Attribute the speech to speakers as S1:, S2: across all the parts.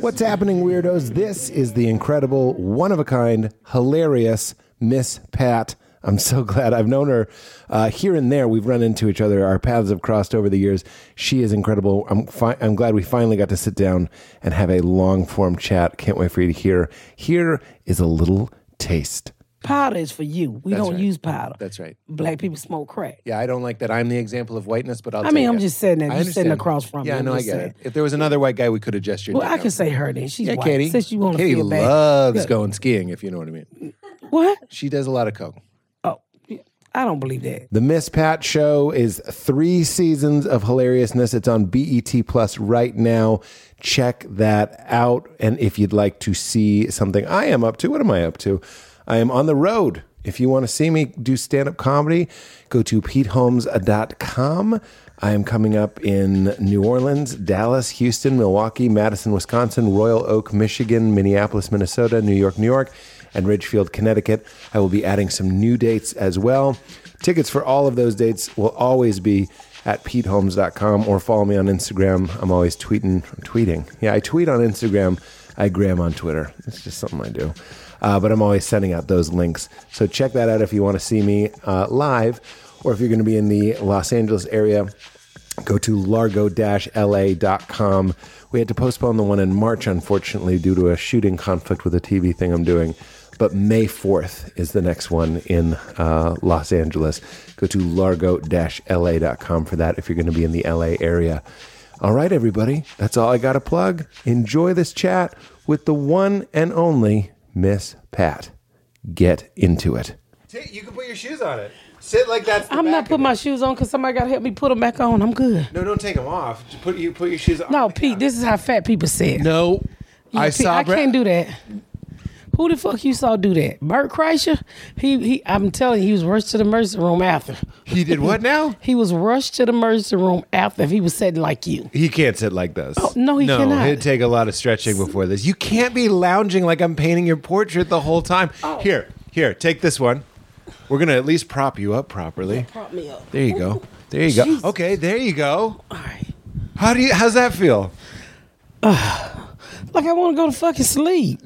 S1: What's happening, weirdos? This is the incredible, one of a kind, hilarious Miss Pat. I'm so glad I've known her uh, here and there. We've run into each other. Our paths have crossed over the years. She is incredible. I'm fi- I'm glad we finally got to sit down and have a long form chat. Can't wait for you to hear. Here is a little taste.
S2: Powder is for you. We don't
S1: right.
S2: use powder.
S1: That's right.
S2: Black people smoke crack.
S1: Yeah, I don't like that I'm the example of whiteness, but I'll.
S2: I mean,
S1: take
S2: I'm
S1: it.
S2: just saying that.
S1: I
S2: You're sitting
S1: understand.
S2: across from me.
S1: Yeah, I
S2: I'm
S1: know. I
S2: just
S1: get
S2: saying.
S1: it. If there was another white guy, we could have gestured.
S2: Well, I can say her name. She's
S1: Yeah,
S2: white.
S1: Katie.
S2: Since you want
S1: Katie
S2: to feel bad.
S1: loves
S2: Look,
S1: going skiing, if you know what I mean.
S2: What?
S1: She does a lot of coke.
S2: Oh, yeah, I don't believe that.
S1: The Miss Pat Show is three seasons of hilariousness. It's on BET Plus right now. Check that out. And if you'd like to see something I am up to, what am I up to? I am on the road. If you want to see me do stand up comedy, go to peteholmes.com. I am coming up in New Orleans, Dallas, Houston, Milwaukee, Madison, Wisconsin, Royal Oak, Michigan, Minneapolis, Minnesota, New York, New York, and Ridgefield, Connecticut. I will be adding some new dates as well. Tickets for all of those dates will always be at peteholmes.com or follow me on Instagram. I'm always tweeting, tweeting. Yeah, I tweet on Instagram. I gram on Twitter. It's just something I do. Uh, but I'm always sending out those links. So check that out if you want to see me uh, live or if you're going to be in the Los Angeles area. Go to largo-la.com. We had to postpone the one in March, unfortunately, due to a shooting conflict with a TV thing I'm doing. But May 4th is the next one in uh, Los Angeles. Go to largo-la.com for that if you're going to be in the LA area. All right, everybody, that's all I got to plug. Enjoy this chat with the one and only Miss Pat. Get into it. You can put your shoes on it. Sit like that's.
S2: I'm not putting my shoes on because somebody got to help me put them back on. I'm good.
S1: No, don't take them off. Just put you put your shoes on.
S2: No, Pete, this is how fat people say it.
S1: No,
S2: You
S1: I
S2: see,
S1: saw.
S2: I
S1: Bre-
S2: can't do that. Who the fuck you saw do that? Bert Kreischer? He he. I'm telling you, he was rushed to the emergency room after.
S1: He did what now?
S2: He was rushed to the emergency room after if he was sitting like you.
S1: He can't sit like this.
S2: Oh, no, he cannot.
S1: It'd take a lot of stretching before this. You can't be lounging like I'm painting your portrait the whole time.
S2: Oh.
S1: Here, here, take this one. We're gonna at least prop you up properly.
S2: Prop me up.
S1: There you
S2: Oh,
S1: go. There you go.
S2: Jesus.
S1: Okay, there you go.
S2: All right.
S1: How do you? How's that feel?
S2: Like I want to go to fucking sleep.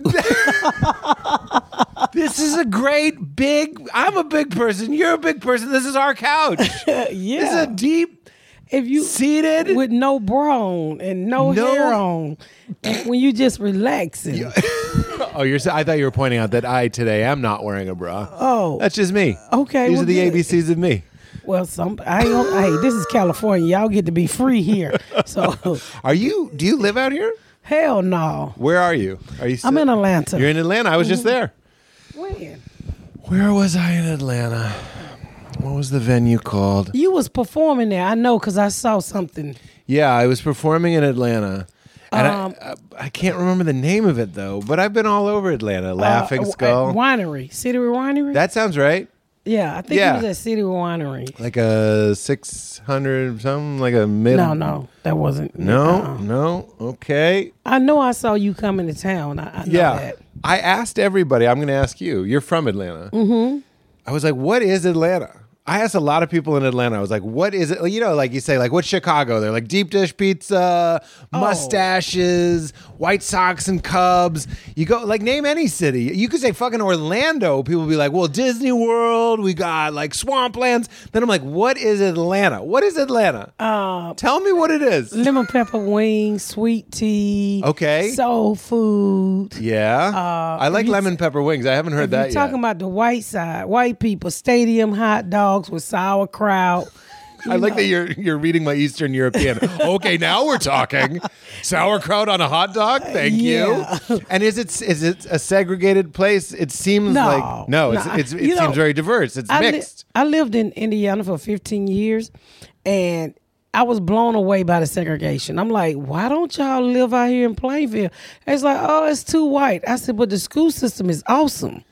S1: This is a great big. I'm a big person. You're a big person. This is our couch. This is
S2: yeah.
S1: a deep
S2: if you
S1: seated.
S2: with no bra on and no,
S1: No-
S2: hair on, and when you just relaxing.
S1: oh, you're. sa- I thought you were pointing out that I today am not wearing a bra.
S2: Oh.
S1: that's just me.
S2: Okay,
S1: these
S2: well,
S1: are the
S2: good.
S1: ABCs of me.
S2: Well, some I ain't gonna, hey, this is California. Y'all get to be free here. So
S1: Are you? Do you live out here?
S2: hell no.
S1: Where are you? Are you?
S2: I'm
S1: still-
S2: in Atlanta.
S1: You're in Atlanta. I was just there.
S2: when?
S1: Where was I in Atlanta? What was the venue called?
S2: You was performing there. I know because I saw something.
S1: Yeah, I was performing in Atlanta. And
S2: Um,
S1: I, uh, I, I can't remember the name of it though, but I've been all over Atlanta. Laughing
S2: Uh, w-
S1: Skull.
S2: at Winery. City Winery?
S1: that sounds right.
S2: yeah, I think
S1: yeah.
S2: it was at City Winery.
S1: Like a 600 something, like a mid.
S2: No, no, that wasn't.
S1: No,
S2: uh-uh.
S1: no. Okay.
S2: I know I saw you coming to town. I, I know
S1: Yeah.
S2: that.
S1: I asked everybody, I'm going to ask you. You're from Atlanta. Mm-hmm. I was like, what is Atlanta? I asked a lot of people in Atlanta. I was like, what is it? You know, like you say, like, what's Chicago? They're like deep dish pizza,
S2: Oh.
S1: mustaches, White Sox and Cubs. You go, like, name any city. You could say fucking Orlando. People would be like, well, Disney World. We got like swamplands. Then I'm like, what is Atlanta? What is Atlanta?
S2: Uh,
S1: Tell me what it is.
S2: Lemon pepper wings, sweet tea.
S1: Okay.
S2: Soul food.
S1: Yeah.
S2: Uh,
S1: I like lemon pepper wings. I haven't heard
S2: You're
S1: that yet.
S2: talking about the white side, white people, stadium hot dogs with sauerkraut.
S1: I like that you're you're reading my Eastern European. okay, now we're talking. Sauerkraut on a hot dog. Thank you. And is it is it a segregated place? It seems
S2: No.
S1: like no. It's,
S2: No,
S1: it's it
S2: you
S1: seems
S2: know,
S1: very diverse. It's
S2: I, li-
S1: mixed.
S2: I lived in Indiana for 15 years and I was blown away by the segregation. I'm like, why don't y'all live out here in Plainfield? It's like, oh, it's too white. I said, but the school system is awesome.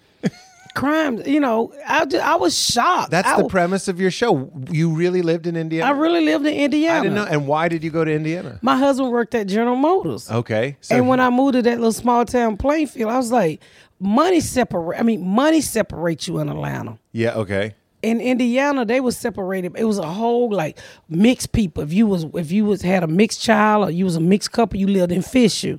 S2: Crime, you know, I, ju- I was shocked.
S1: That's
S2: I,
S1: the
S2: w-
S1: premise of your show. You really lived in Indiana.
S2: I really lived in Indiana.
S1: I didn't know. And why did you go to Indiana?
S2: My husband worked at General Motors.
S1: Okay. So
S2: and when I moved to that little small town Plainfield, I was like, money separate. I mean, money separates you in Atlanta.
S1: yeah. Okay.
S2: in Indiana, they was separated. It was a whole like mixed people. If you was if you was had a mixed child or you was a mixed couple, you lived in Fisher.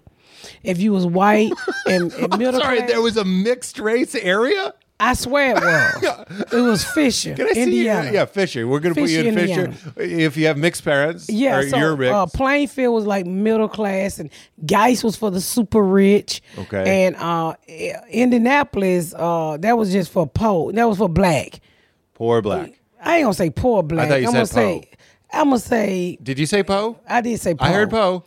S2: If you was white and, and middle
S1: Sorry,
S2: class,
S1: there was a mixed race area.
S2: I swear it was. it was Fisher,
S1: Can I see you?
S2: Indiana.
S1: Yeah, Fisher. We're going to put you
S2: Fisher,
S1: in Fisher. If you have mixed parents,
S2: Yeah,
S1: or
S2: so
S1: you're mixed.
S2: uh, Plainfield was like middle class, and Geist was for the super rich.
S1: Okay.
S2: and uh, Indianapolis, uh, that was just for poor. That was for black.
S1: poor black.
S2: I ain't gonna say poor black.
S1: thought you
S2: am
S1: said
S2: gonna say. I'm gonna say.
S1: Did you say Poe?
S2: I did say. Poor.
S1: I heard Poe.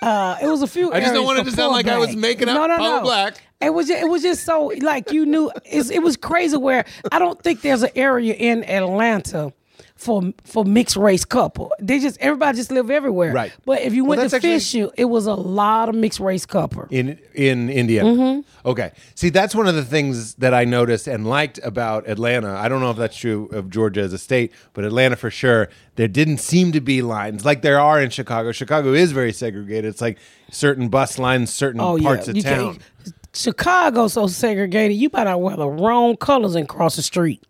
S2: Uh, it was a few.
S1: I just don't
S2: areas
S1: want it
S2: for
S1: to sound
S2: poor
S1: like I was
S2: black.
S1: making up
S2: No, no,
S1: poor
S2: no.
S1: black.
S2: It was just, it was just so like you knew it's, it was crazy. Where I don't think there's an area in Atlanta. For for mixed race couple, they just everybody just live everywhere.
S1: Right.
S2: But if you
S1: Well,
S2: went
S1: that's
S2: to
S1: actually-
S2: Fisher, it was a lot of mixed race couple.
S1: in in Indiana. Okay. See, that's one of the things that I noticed and liked about Atlanta. I don't know if that's true of Georgia as a state, but Atlanta for sure. There didn't seem to be lines like there are in Chicago. Chicago is very segregated. It's like certain bus lines, certain
S2: Oh
S1: parts
S2: yeah,
S1: of
S2: you
S1: town.
S2: can't- Chicago so segregated. You better wear the wrong colors and cross the street.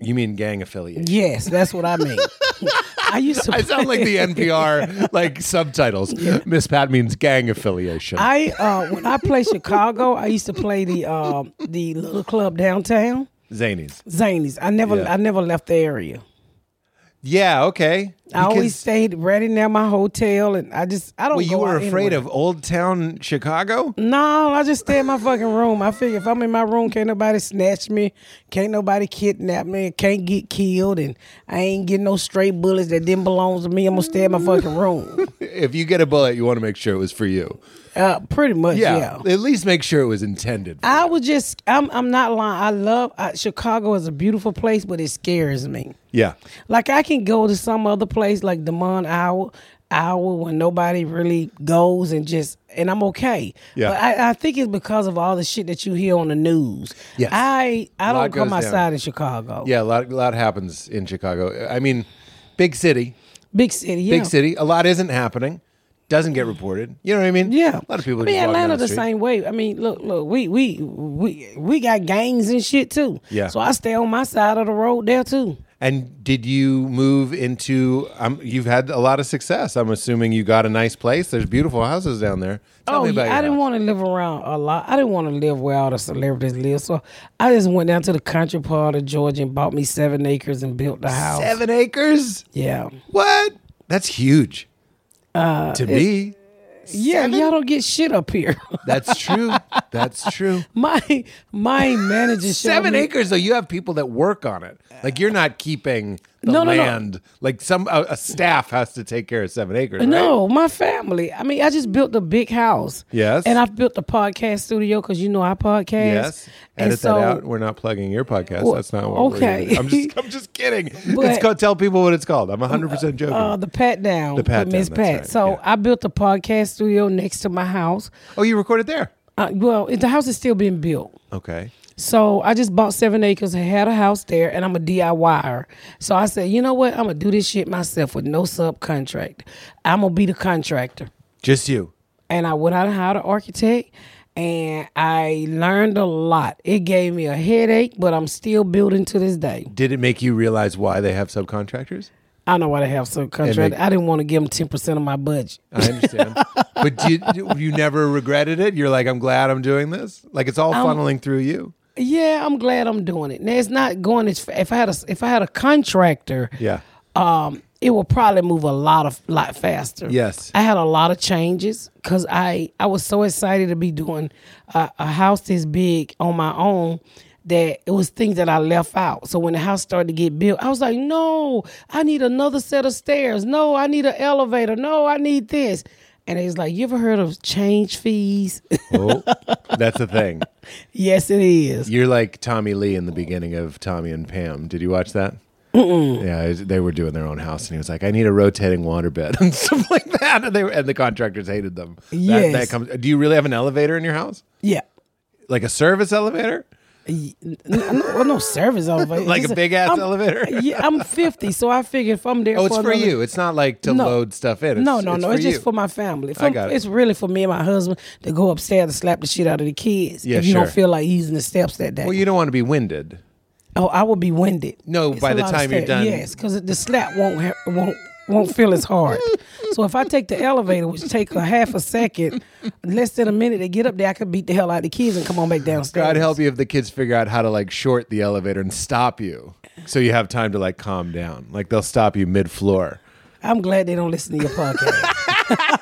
S1: You mean gang affiliated?
S2: Yes, that's what I mean. I used to.
S1: I sound like the NPR like subtitles. Miss Pat means gang affiliation.
S2: I uh, when I play Chicago, I used to play the um the little club downtown,
S1: Zanies.
S2: Zanies. I never
S1: Yeah.
S2: I never left the area.
S1: Yeah. Okay.
S2: I always
S1: Because-
S2: stayed right in there my hotel, and I just I don't.
S1: well, you
S2: go
S1: were
S2: out
S1: afraid
S2: anywhere.
S1: of Old Town Chicago.
S2: No, I just stay in my fucking room. I figure if I'm in my room, can't nobody snatch me, can't nobody kidnap me, can't get killed, and I ain't getting no stray bullets that didn't belong to me. I'm gonna stay in my fucking room.
S1: If you get a bullet, you want to make sure it was for you.
S2: Uh, pretty much, yeah.
S1: At least make sure it was intended.
S2: I was just I'm I'm not lying. I love I, Chicago is a beautiful place, but it scares me.
S1: yeah.
S2: Like I can go to some other place like Demond Hour hour when nobody really goes and just and I'm okay.
S1: Yeah.
S2: But I, I think it's because of all the shit that you hear on the news.
S1: Yes.
S2: I I
S1: lot
S2: don't come
S1: goes down.
S2: outside in Chicago.
S1: Yeah, a lot, a lot happens in Chicago. I mean, big city,
S2: Big city, yeah.
S1: big city. A lot isn't happening, doesn't get reported. You know what I mean?
S2: Yeah.
S1: A lot of people
S2: I
S1: are
S2: mean
S1: just walking
S2: Atlanta
S1: down the, street.
S2: same way. I mean, look, look, we we we we got gangs and shit too.
S1: Yeah.
S2: So I stay on my side of the road there too.
S1: And did you move into? Um, you've had a lot of success. I'm assuming you got a nice place. There's beautiful houses down there. Tell
S2: oh,
S1: me about
S2: yeah.
S1: your
S2: I didn't
S1: house.
S2: want to live around a lot. I didn't want to live where all the celebrities live. So I just went down to the country part of Georgia and bought me seven acres and built the house.
S1: seven acres.
S2: Yeah.
S1: What? That's huge. Uh, to me,
S2: Yeah, y'all don't get shit up here.
S1: that's true. that's true.
S2: my my manager showed
S1: Seven
S2: me-
S1: acres, though, you have people that work on it. Like you're not keeping the
S2: No, no, no.
S1: land. Like some a, a staff has to take care of seven acres. right?
S2: No, my family. I mean, I just built a big house.
S1: Yes.
S2: And I've built a podcast studio because you know I podcast.
S1: Yes.
S2: And
S1: Edit
S2: so,
S1: that out. We're not plugging your podcast.
S2: Well,
S1: That's not what
S2: okay.
S1: we're doing. I'm just I'm just kidding. it's
S2: But-
S1: called tell people what it's called. I'm 100% joking.
S2: Uh, the pat down the
S1: Pat
S2: with Miss
S1: Down, that's
S2: Pat.
S1: right,
S2: So
S1: yeah.
S2: I built a podcast studio next to my house.
S1: oh, you recorded there.
S2: Uh, well, it- the house is still being built.
S1: Okay.
S2: So I just bought seven acres and had a house there, and I'm a DIYer. So I said, you know what? I'm gonna do this shit myself with no subcontract. I'm gonna be the contractor.
S1: Just you.
S2: And I went out and hired an architect, and I learned a lot. It gave me a headache, but I'm still building to this day.
S1: Did it make you realize why they have subcontractors?
S2: I know why they have
S1: And
S2: subcontract.
S1: they-
S2: I didn't want to give them ten percent of my budget.
S1: I understand. but do you, you never regretted it? You're like, I'm glad I'm doing this. Like it's all
S2: Um,
S1: funneling through you.
S2: Yeah, I'm glad I'm doing it. Now it's not going as fa- if I had a if I had a contractor.
S1: Yeah.
S2: um, it will probably move a lot of lot faster.
S1: Yes.
S2: I had a lot of changes because I I was so excited to be doing a, a house this big on my own that it was things that I left out. So when the house started to get built, I was like, no, I need another set of stairs. No, I need an elevator. No, I need this. And it's like, you ever heard of change fees?
S1: Oh, that's the thing.
S2: yes, it is.
S1: You're like Tommy Lee in the beginning of Tommy and Pam. Did you watch that? Yeah, they were doing their own house, and he was like, "I need a rotating waterbed and stuff like that." And they were, and the contractors hated them. That,
S2: Yes.
S1: that comes. Do you really have an elevator in your house?
S2: Yeah.
S1: Like a service elevator?
S2: No, no, no service elevator.
S1: Like
S2: It's
S1: a big ass
S2: I'm-
S1: elevator?
S2: um, Yeah, I'm 50, so I figure if I'm there
S1: Oh, it's for
S2: another-
S1: you. It's not like to
S2: No.
S1: load stuff in. It's,
S2: no, no, no. It's just
S1: you.
S2: for my family. If
S1: I
S2: I'm-
S1: got it.
S2: It's really for me and my husband to go upstairs and slap the shit out of the kids
S1: Yeah,
S2: if you
S1: sure.
S2: don't feel like using the steps that day.
S1: Well, you don't want to be winded.
S2: Oh, I will be winded.
S1: No, by
S2: a
S1: the
S2: lot of
S1: time you're
S2: step-
S1: done.
S2: Yes, because the slap won't ha- won't won't feel as hard. so if I take the elevator, which take a half a second, less than a minute to get up there, I could beat the hell out of the kids and come on back downstairs.
S1: God help you if the kids figure out how to like short the elevator and stop you, so you have time to like calm down. Like they'll stop you mid floor.
S2: I'm glad they don't listen to your podcast.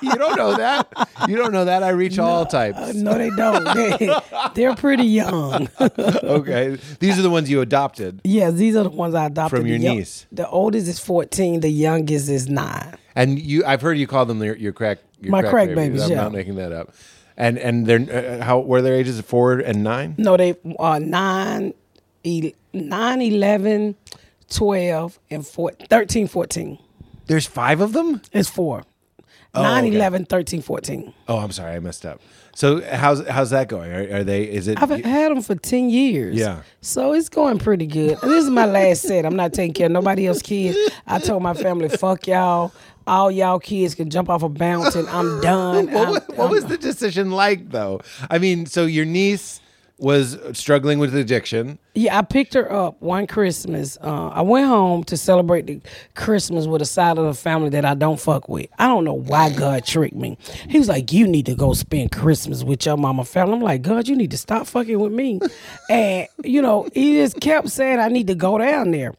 S1: You don't know that. You don't know that. I reach all types.
S2: no, they don't. They, they're pretty young.
S1: Okay, these are the ones you adopted,
S2: yes, these are the ones I adopted.
S1: From your
S2: The young-
S1: niece.
S2: The oldest is 14. The youngest is nine.
S1: and you. I've heard you call them your, your crack. Your
S2: My crack babies,
S1: I'm
S2: yeah.
S1: not making that up. And and they're uh, how were their ages four and nine?
S2: No, they are nine, e- nine, 11, 12, and four, 13, 14.
S1: There's five of them.
S2: It's four. nine,
S1: Oh, okay.
S2: eleven, thirteen, fourteen.
S1: Oh, I'm sorry, I messed up. So how's how's that going? Are, are they? Is it?
S2: I've had them for 10 years.
S1: Yeah.
S2: So it's going pretty good. This is my last set. I'm not taking care of nobody else's kids. I told my family, fuck y'all. All y'all kids can jump off a bounce and I'm done.
S1: what
S2: I'm-
S1: was, what was the decision like though? I mean, so your niece was struggling with addiction.
S2: Yeah, I picked her up one Christmas. Uh, I went home to celebrate the Christmas with a side of the family that I don't fuck with. I don't know why God tricked me. He was like, "You need to go spend Christmas with your mama family." I'm like, "God, you need to stop fucking with me." and you know, he just kept saying, "I need to go down there,"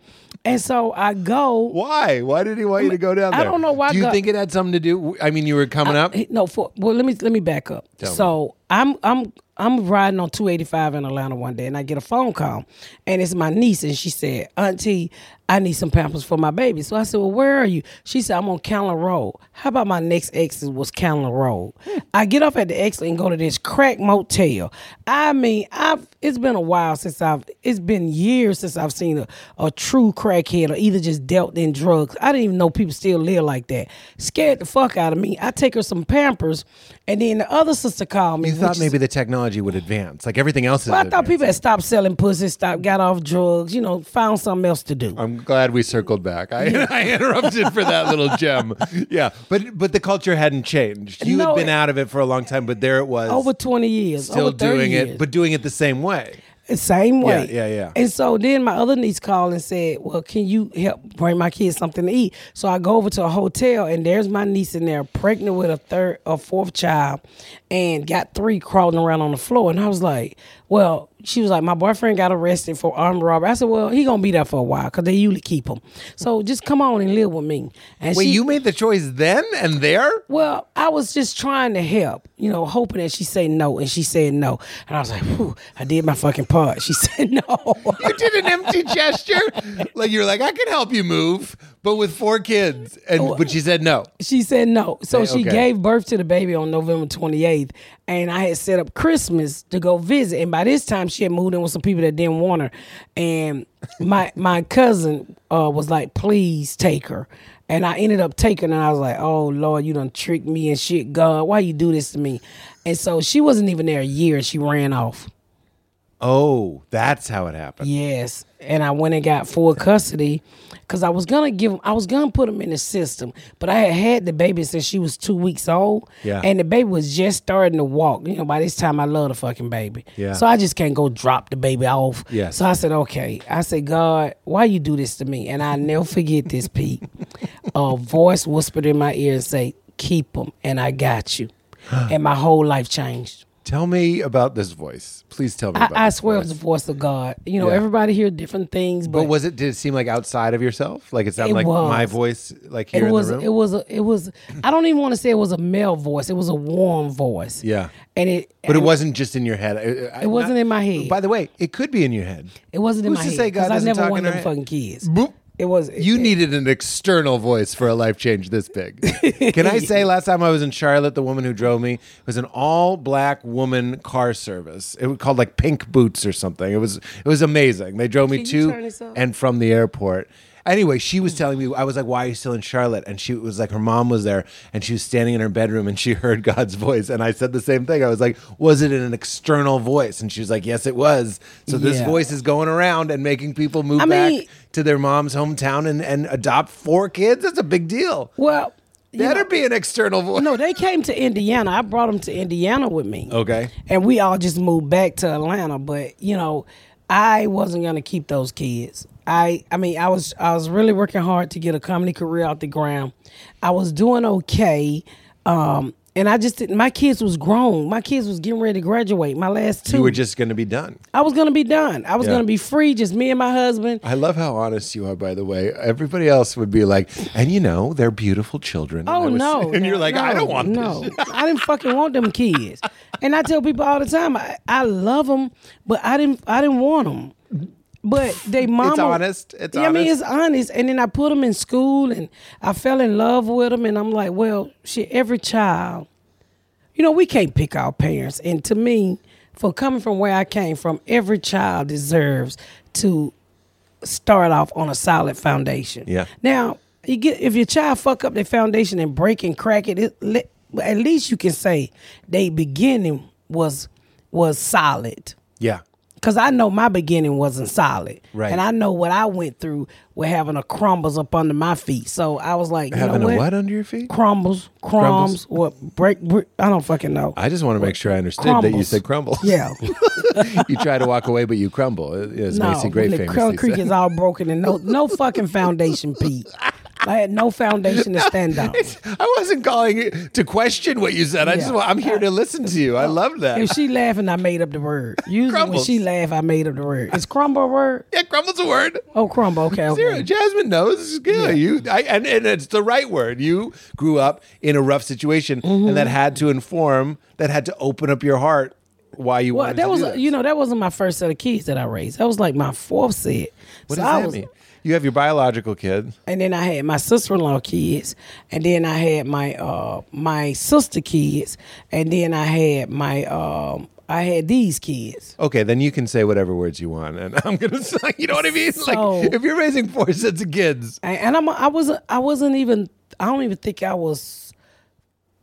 S2: and so I go.
S1: Why? Why did he want you to go down
S2: I
S1: there?
S2: don't know why
S1: Do you
S2: God-
S1: think it had something to do? I mean, you were coming up.
S2: Hey, No, for well, let me let me back up.
S1: me.
S2: so I'm I'm I'm riding on 285 in Atlanta one day, and I get a phone call, and it's my niece, and she said, "Auntie, I need some pampers for my baby." So I said, "Well, where are you?" She said, "I'm on Candler Road." How about my next exit was Candler Road?
S1: Hmm.
S2: I get off at the exit and go to this crack motel. I mean, I've it's been a while since I've it's been years since I've seen a, a true crackhead or either just dealt in drugs. I didn't even know people still live like that. Scared the fuck out of me. I take her some Pampers, and then the other sister called me.
S1: You thought
S2: which is-
S1: maybe the technology would advance, like everything else. Is
S2: Well, I thought
S1: advanced.
S2: people had stopped selling pussy, stopped, got off drugs, you know, found something else to do.
S1: I'm glad we circled back. I, I interrupted for that little gem. Yeah, but but the culture hadn't changed. You had
S2: No,
S1: been
S2: it- Oh,
S1: out of it for a long time, but there it was,
S2: over 20 years.
S1: still
S2: over 30
S1: doing it,
S2: years.
S1: but doing it the same way.
S2: Same way.
S1: yeah, yeah.
S2: And so then my other niece called and said, Well, can you help bring my kids something to eat? So I go over to a hotel and there's my niece in there pregnant with a third or fourth child and got three crawling around on the floor. And I was like, Well, she was like, My boyfriend got arrested for armed robbery. I said, Well, he gonna be there for a while because they usually keep him. So just come on and live with me. And
S1: Wait,
S2: she,
S1: you made the choice then and there?
S2: well, I was just trying to help, you know, hoping that she say no, and she said no, and I was like, "Whew, I did my fucking part." She said no.
S1: You did an empty gesture. Like you're like, I can help you move, but with four kids.
S2: Oh.
S1: And but she said no.
S2: She said no. So she
S1: okay.
S2: gave birth to the baby on November 28th. And I had set up Christmas to go visit. And by this time, she had moved in with some people that didn't want her. And my my cousin uh, was like, please take her. And I ended up taking her. And I was like, oh, Lord, you done tricked me and shit, God. Why you do this to me? And so she wasn't even there a year and she ran off.
S1: Oh, that's how it happened.
S2: Yes, and I went and got full custody because I was gonna give him. I was gonna put him in the system, but I had had the baby since she was two weeks old.
S1: Yeah.
S2: and the baby was just starting to walk. You know, by this time I love the fucking baby.
S1: Yeah.
S2: so I just can't go drop the baby off.
S1: Yes.
S2: So I said, okay. I said, God, why you do this to me? And I never forget this, Pete. A voice whispered in my ear and say, "Keep him," and I got you. and my whole life changed.
S1: Tell me about this voice. Please tell me
S2: I,
S1: about
S2: I
S1: this
S2: swear it
S1: voice.
S2: was the voice of God. You know,
S1: Yeah.
S2: everybody hear different things,
S1: But was it did it seem like outside of yourself? Like it sounded
S2: It
S1: like
S2: was.
S1: my voice like here
S2: it
S1: in
S2: was
S1: the room?
S2: it was a, it was I don't even want to say it was a male voice. It was a warm voice.
S1: yeah.
S2: And it
S1: But it wasn't just in your head. I- I-
S2: It wasn't in my head.
S1: By the way, it could be in your head.
S2: it wasn't in
S1: Who's
S2: my
S1: to
S2: head
S1: say God
S2: I
S1: doesn't
S2: never
S1: talk
S2: wanted
S1: in our head?
S2: them fucking kids.
S1: Boop.
S2: It was
S1: You
S2: it-
S1: needed an external voice for a life change this big. Can I say, last time I was in Charlotte, the woman who drove me was an all black woman car service. It was called like Pink Boots or something. It was it was amazing. They drove me
S2: Can you turn
S1: to
S2: this up?
S1: and from the airport. Anyway, she was telling me I was like, "Why are you still in Charlotte?" And she was like, her mom was there, and she was standing in her bedroom, and she heard God's voice. And I said the same thing. I was like, "Was it an external voice?" And she was like, "Yes, it was." So this
S2: Yeah.
S1: voice is going around and making people move
S2: I
S1: back
S2: mean-
S1: to their mom's hometown and, and adopt four kids? That's a big deal.
S2: well you
S1: That'd
S2: know-
S1: be an external voice.
S2: No, they came to Indiana. I brought them to Indiana with me.
S1: Okay.
S2: And we all just moved back to Atlanta, but you know, I wasn't gonna keep those kids. I I mean I was I was really working hard to get a comedy career out the ground. I was doing okay. Um and I just didn't my kids was grown. My kids was getting ready to graduate. My last two
S1: You were just going to be done.
S2: I was gonna be done. I was gonna be free, just me and my husband.
S1: I love how honest you are, by the way. Everybody else would be like, and you know, they're beautiful children. And I
S2: Oh
S1: was-
S2: no!
S1: And you're
S2: no,
S1: like, I
S2: no,
S1: don't want
S2: no.
S1: this.
S2: I didn't fucking want them kids. And I tell people all the time, I, I love them, but I didn't. I didn't want them. But they mama.
S1: honest. It's
S2: yeah, I mean,
S1: honest.
S2: it's honest. And then I put them in school, and I fell in love with them. And I'm like, well, shit. Every child, you know, we can't pick our parents. And to me, for coming from where I came from, every child deserves to start off on a solid foundation.
S1: Yeah.
S2: Now, you get if your child fuck up their foundation and break and crack it, it le- at least you can say they beginning was was solid.
S1: Yeah.
S2: Cause I know my beginning wasn't solid,
S1: Right.
S2: And I know what I went through with having a crumbles up under my feet. So I was like, you
S1: Having
S2: know
S1: a
S2: what?
S1: what under your feet?
S2: Crumbles, crumbs, what break, break? I don't fucking know.
S1: I just want to make sure I understood that you
S2: Crumbles.
S1: said crumble.
S2: yeah,
S1: you try to walk away, but you crumble. As
S2: no,
S1: Macy Gray
S2: the
S1: famously
S2: concrete
S1: said.
S2: is all broken and no, no fucking foundation, Pete. I had no foundation to stand on.
S1: I wasn't calling it to question what you said. I just
S2: Yeah.
S1: wa- I'm here to listen to you. I love
S2: If
S1: that.
S2: she laughing, I made up the word. Usually when
S1: Crumbles.
S2: she laugh, I made up the word. Is crumble a word?
S1: Yeah, crumble's a word.
S2: Oh, crumble. Okay, okay.
S1: Zero. Jasmine knows. Yeah, you. I, and and it's the right word. You grew up in a rough situation,
S2: Mm-hmm.
S1: and that had to inform. That had to open up your heart. Why you
S2: Well,
S1: wanted
S2: that
S1: to
S2: was
S1: do that.
S2: you know that wasn't my first set of kids that I raised. That was like my fourth set.
S1: What
S2: So
S1: does
S2: I
S1: that
S2: was-
S1: mean? You have your biological kid.
S2: And then I had my sister in law kids, and then I had my uh my sister kids, and then I had my um I had these kids.
S1: Okay, then you can say whatever words you want, and I'm gonna. Say, you know what I mean?
S2: So-
S1: like if you're raising four sets of kids,
S2: and, and I'm I wasn't I wasn't even I don't even think I was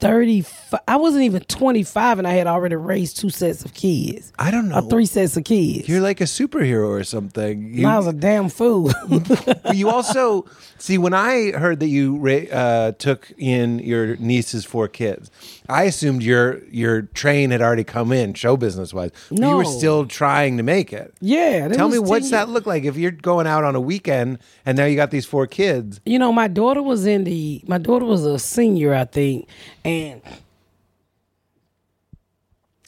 S2: thirty five I wasn't even twenty five and I had already raised two sets of kids.
S1: I don't know.
S2: Or three sets of kids.
S1: you're like a superhero or something. You,
S2: I was a damn fool.
S1: you also see when I heard that you ra- uh, took in your niece's four kids, I assumed your your train had already come in show business wise. you were
S2: No.
S1: still trying to make it.
S2: yeah. that
S1: Tell me
S2: was
S1: what's
S2: 10
S1: that look like if you're going out on a weekend and now you got these four kids.
S2: you know, my daughter was in the my daughter was a senior, I think, and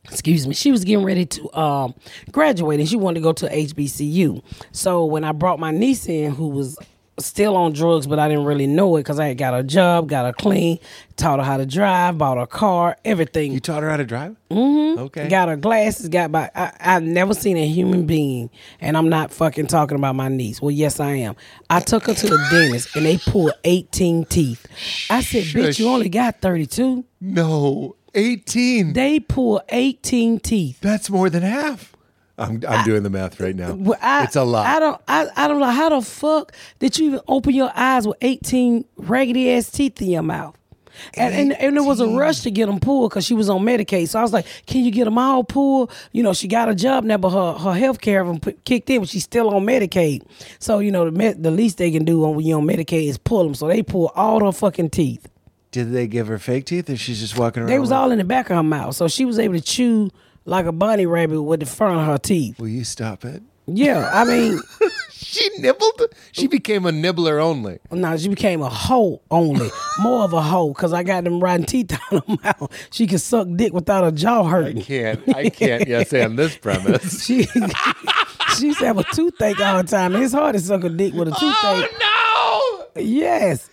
S2: excuse me, she was getting ready to um graduate and she wanted to go to HBCU. So when I brought my niece in who was still on drugs but I didn't really know it because I had got her job, got her clean, taught her how to drive, bought her a car, everything.
S1: You taught her how to drive. Mm-hmm. Okay.
S2: Got her glasses. Got by. I, I've never seen a human being, and I'm not fucking talking about my niece. Well, yes, I am. I took her to the dentist, and they pulled 18 teeth. I said, "Bitch, you only got 32."
S1: no, eighteen.
S2: They pulled 18 teeth.
S1: That's more than half. I'm I'm doing the math right now.
S2: Well, I,
S1: it's a lot.
S2: I don't. I, I don't know how the fuck did you even open your eyes with 18 raggedy ass teeth in your mouth. And, and and there was a rush to get them pulled because she was on Medicaid. So I was like, "Can you get them all pulled?" You know, she got a job now, but her her health care of them put, kicked in, but she's still on Medicaid. So you know, the med, the least they can do when you're on Medicaid is pull them. So they pulled all her fucking teeth.
S1: Did they give her fake teeth, or she's just walking around?
S2: They was
S1: like,
S2: all in the back of her mouth, so she was able to chew like a bunny rabbit with the front of her teeth.
S1: Will you stop it?
S2: Yeah, I mean.
S1: She nibbled. She became a nibbler only.
S2: No, she became a hoe only, more of a hoe, cause I got them rotten teeth out of her mouth. She could suck dick without her jaw hurting.
S1: Can't I can't yes and this premise.
S2: She she used to have a toothache all the time. It's hard to suck a dick with a toothache.
S1: Oh no!
S2: Yes,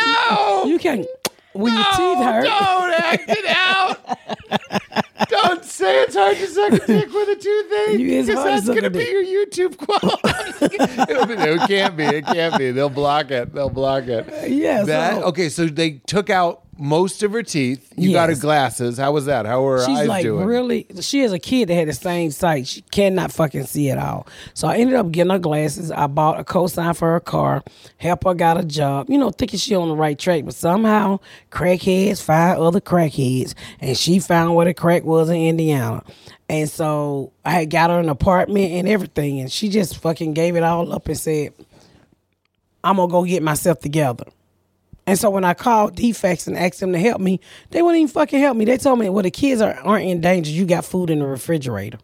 S1: No!
S2: you can when your teeth hurt.
S1: Don't act it out. don't say it's hard to suck a dick with a toothache.
S2: You- it's
S1: Because
S2: hard to
S1: that's
S2: suck a
S1: gonna be
S2: dick.
S1: your YouTube quality. It'll be- it can't be. It can't be. They'll block it. They'll block it.
S2: Yeah,
S1: That
S2: so-
S1: okay. So they took out most of her teeth. You got her
S2: Yes.
S1: glasses. How was that? How were her
S2: She's
S1: eyes
S2: like
S1: doing?
S2: really. She is a kid that had the same sight. She cannot fucking see at all. So I ended up getting her glasses. I bought a cosign for her car. Help her got a job. You know, thinking she on the right track, but somehow crackheads find other crackheads, and she found where the crack was in Indiana. And so I had got her an apartment and everything, and she just fucking gave it all up and said, "I'm gonna go get myself together." And so when I called DFAX and asked them to help me, they wouldn't even fucking help me. They told me, well, the kids are, aren't in danger. You got food in the refrigerator.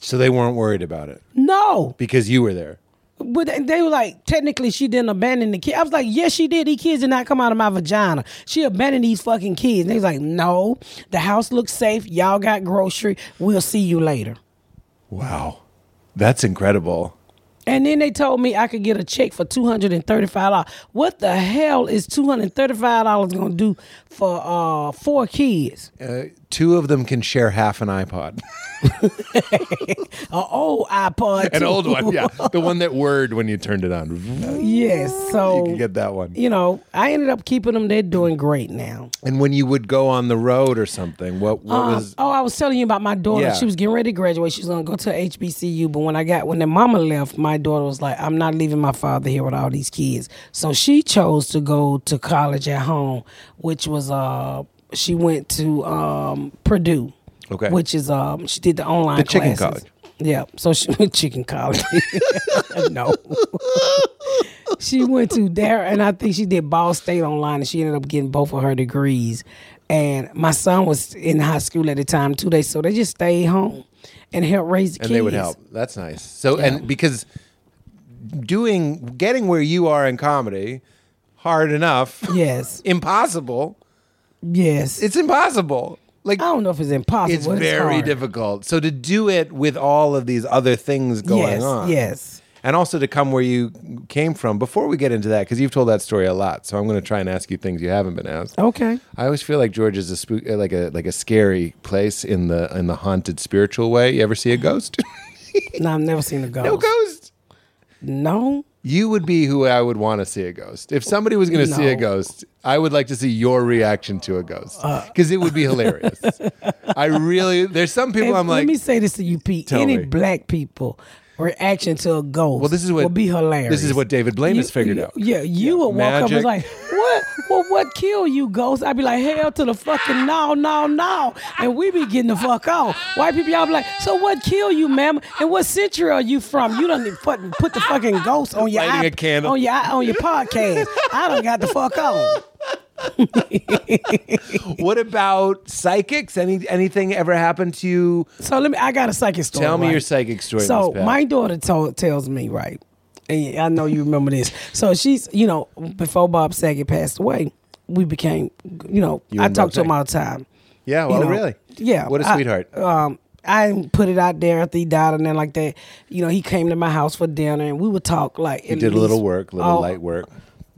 S1: So they weren't worried about it
S2: No.
S1: because you were there.
S2: But they- they were like, technically, she didn't abandon the kid. I was like, yes, she did. These kids did not come out of my vagina. She abandoned these fucking kids. And they was like, no, the house looks safe. Y'all got grocery. We'll see you later.
S1: Wow. That's incredible.
S2: And then they told me I could get a check for two hundred and thirty-five dollars. What the hell is two hundred thirty-five dollars gonna do for uh four kids? An
S1: Uh, two of them can share half an iPod.
S2: old iPod,
S1: an
S2: too.
S1: old one, yeah. The one that whirred when you turned it on.
S2: Yes,
S1: You
S2: so
S1: could get that one.
S2: you know, I ended up keeping them. They're doing great now.
S1: And when you would go on the road or something, what, what
S2: Um,
S1: was.
S2: oh, I was telling you about my daughter.
S1: Yeah.
S2: She was getting ready to graduate. She was gonna go to HBCU. But when I got when the mama left, my daughter was like, "I'm not leaving my father here with all these kids." So she chose to go to college at home, which was uh she went to um Purdue.
S1: Okay.
S2: Which is um she did the online
S1: The chicken
S2: classes.
S1: college.
S2: Yeah, so she went chicken college. no. she went to there, and I think she did Ball State online, and she ended up getting both of her degrees. And my son was in high school at the time too. They so they just stayed home and helped raise the kids.
S1: and they would help. That's nice. So, and because doing, getting where you are in comedy, hard enough,
S2: Yes,
S1: impossible.
S2: yes.
S1: It's impossible. Like,
S2: I don't know if it's impossible.
S1: it's very
S2: hard.
S1: difficult. So to do it with all of these other things going
S2: yes,
S1: on,
S2: yes.
S1: and also to come where you came from. Before we get into that, because you've told that story a lot, so I'm going to try and ask you things you haven't been asked.
S2: Okay.
S1: I always feel like George is a spook, uh, like a like a scary place in the in the haunted spiritual way. You ever see a
S2: Mm-hmm.
S1: ghost?
S2: No, I've never seen a ghost.
S1: no ghost.
S2: No.
S1: You would be who I would want to see a ghost. If somebody was going to see a
S2: No.
S1: ghost, I would like to see your reaction to a ghost
S2: Uh.
S1: because it would be hilarious. I really, there's some people
S2: If-
S1: I'm like,
S2: let me say this to you, Pete.
S1: Tell
S2: Any
S1: me.
S2: black people reaction to a ghost?
S1: Well, this is what
S2: will be hilarious.
S1: This is what David Blaine
S2: You-
S1: has figured
S2: you-
S1: out.
S2: Yeah, you would walk up
S1: Magic.
S2: and like, what? Well, what kill you, ghost? I'd be like, hell to the fucking no, no, no, and we be getting the fuck off. White people, y'all be like, so what kill you, ma'am? And what century are you from? You done fucking put the fucking ghost on your
S1: Lighting a
S2: iP-
S1: candle.
S2: on your on your podcast. I done got the fuck on.
S1: What about psychics? Any anything ever happened to you?
S2: So let me. I got a psychic story.
S1: Tell me
S2: right?
S1: your psychic story,
S2: So
S1: Miss Pat.
S2: my daughter told, tells me right, and I know you remember this. So she's, you know, before Bob Saget passed away, we became, you know, I
S1: and Bob
S2: talked to him all the time.
S1: Yeah,
S2: you
S1: well,
S2: know.
S1: really.
S2: Yeah.
S1: What a
S2: I-
S1: sweetheart.
S2: um, I didn't put it out there after he died and then like that. You know, he came to my house for dinner and we would talk like.
S1: You did a little work, little
S2: Oh.
S1: light work.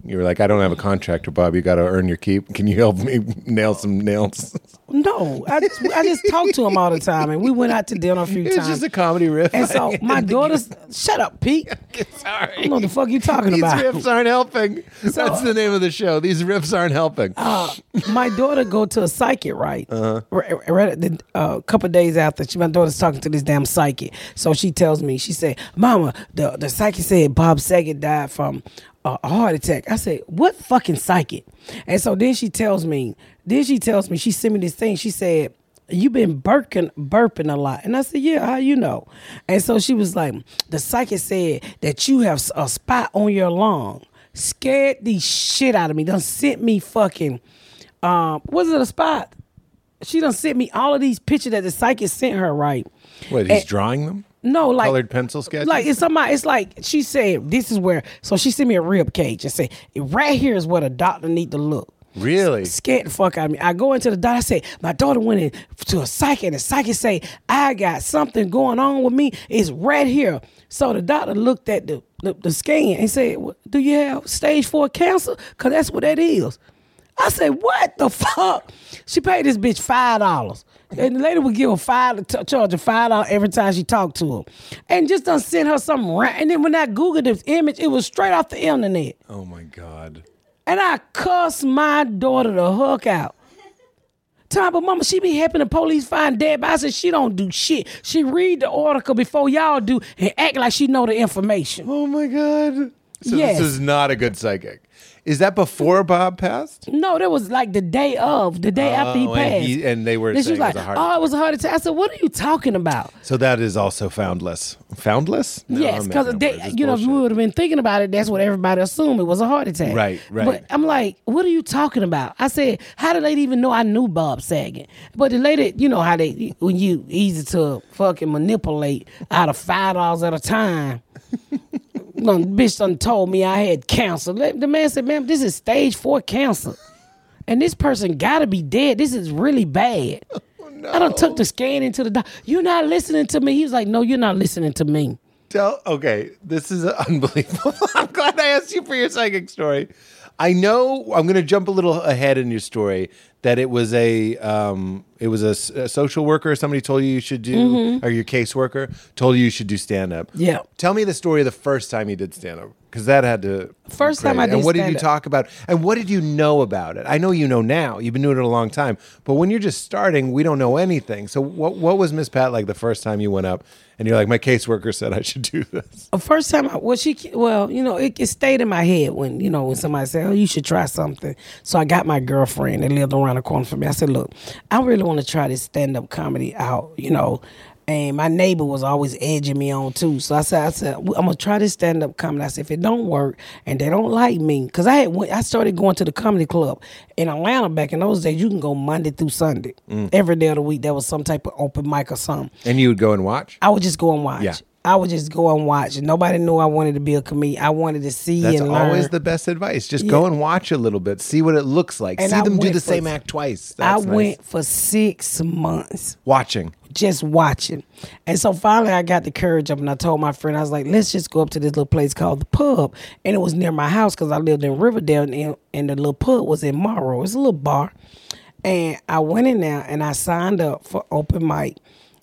S1: You were like, I don't have a contractor, Bob. You got to earn your keep. Can you help me nail some nails?
S2: No, I just I just talked to him all the time and we went out to dinner a few
S1: It's
S2: times.
S1: just a comedy riff.
S2: and so my daughter's shut up, Pete.
S1: Sorry.
S2: I don't know what the fuck you talking
S1: These
S2: about.
S1: riffs aren't helping. That's the name of the show. These riffs aren't helping.
S2: uh, my daughter go to a psychic, right? Uh-huh. a uh, couple of days after, she, my daughter's talking to this damn psychic. So she tells me, she said, "Mama, the the psychic said Bob Saget died from uh, a heart attack." I said, "What fucking psychic?" And so then she tells me, then she tells me, she sent me this thing. She said. You've been burping, burping a lot, and I said, "Yeah, how you know?" And so she was like, "The psychic said that you have a spot on your lung." Scared the shit out of me. Done sent me fucking um, was it a spot? She done sent me all of these pictures that the psychic sent her, right?
S1: Wait, he's drawing them?
S2: No, like
S1: Colored pencil sketches?
S2: Like it's somebody. It's like she said, "This is where." So she sent me a rib cage and said, "Right here is where the doctor need to look."
S1: Really?
S2: Scared the fuck out of me. I go into the doctor. I say, "My daughter went in to a psychic, and the psychic say I got something going on with me. It's right here." So the doctor looked at the the, the scan and said, "Well, "Do you have stage four cancer? Cause that's what that is." I said, "What the fuck?" She paid this bitch five dollars, and the lady would give her five, t- charge her five dollars every time she talked to her, and just done send her some rant. And then when I googled this image, it was straight off the internet,
S1: Oh my God.
S2: and I cussed my daughter the hook out. Time, but mama, she be helping the police find dead bodies. I said she don't do shit. She read the article before y'all do and act like she know the information.
S1: Oh my god. So
S2: Yes.
S1: this is not a good psychic. Is that before Bob passed?
S2: No, that was like the day of, the day after he
S1: Oh,
S2: passed.
S1: and, he- and they were
S2: then she
S1: saying
S2: was
S1: it was
S2: like,
S1: a heart
S2: "Oh, it was a heart attack." I said, "What are you talking about?"
S1: So that is also foundless. Foundless? No,
S2: yes,
S1: I'm
S2: because
S1: making up
S2: they,
S1: words. It's
S2: you know, if we
S1: bullshit.
S2: would have been thinking about it, that's what everybody assumed it was a heart attack.
S1: Right, right.
S2: But I'm like, what are you talking about? I said, how did they even know I knew Bob Saget? But the lady, you know how they when you easy to fucking manipulate out of five dollars at a time. Little bitch done told me I had cancer. Let- The man said, ma'am, this is stage four cancer. And this person gotta be dead. This is really bad.
S1: Oh,
S2: I done took the scan into the doc. You're not listening to me. He was like, no, you're not listening to me.
S1: Tell, okay, this is unbelievable. I'm glad I asked you for your psychic story. I know I'm going to jump a little ahead in your story that it was a um, it was a, s- a social worker somebody told you you should do or your caseworker told you you should do stand up.
S2: Yeah.
S1: Tell me the story of the first time you did stand up because that had to
S2: First time I
S1: And
S2: did
S1: what did you
S2: stand-up.
S1: talk about? And what did you know about it? I know you know now. You've been doing it a long time. But when you're just starting, we don't know anything. So what what was Miss Pat like the first time you went up and you're like, my caseworker said I should do this?
S2: The first time, I, well, she, well, you know, it, it stayed in my head when, you know, when somebody said, oh, you should try something. So I got my girlfriend that lived around the corner from me. I said, look, I really want to try this stand up comedy out, you know. And my neighbor was always edging me on too. So I said, I said, I'm gonna try this stand up comedy. I said, if it don't work and they don't like me, cause I had went, I started going to the comedy club in Atlanta back in those days. You can go Monday through Sunday, every day of the week. There was some type of open mic or something.
S1: And you would go and watch?
S2: I would just go and watch.
S1: Yeah.
S2: I would just go and watch. Nobody knew I wanted to be a comedian. I wanted to see
S1: That's
S2: and learn.
S1: always the best advice. Just go and watch a little bit. See what it looks like.
S2: And
S1: see
S2: I
S1: them do
S2: went
S1: the
S2: for-
S1: same act twice.
S2: I
S1: That's nice.
S2: went for six months
S1: watching.
S2: just watching. And so finally I got the courage up and I told my friend, I was like, let's just go up to this little place called the pub. And it was near my house because I lived in Riverdale and, and the little pub was in Morrow. It's a little bar. And I went in there and I signed up for open mic.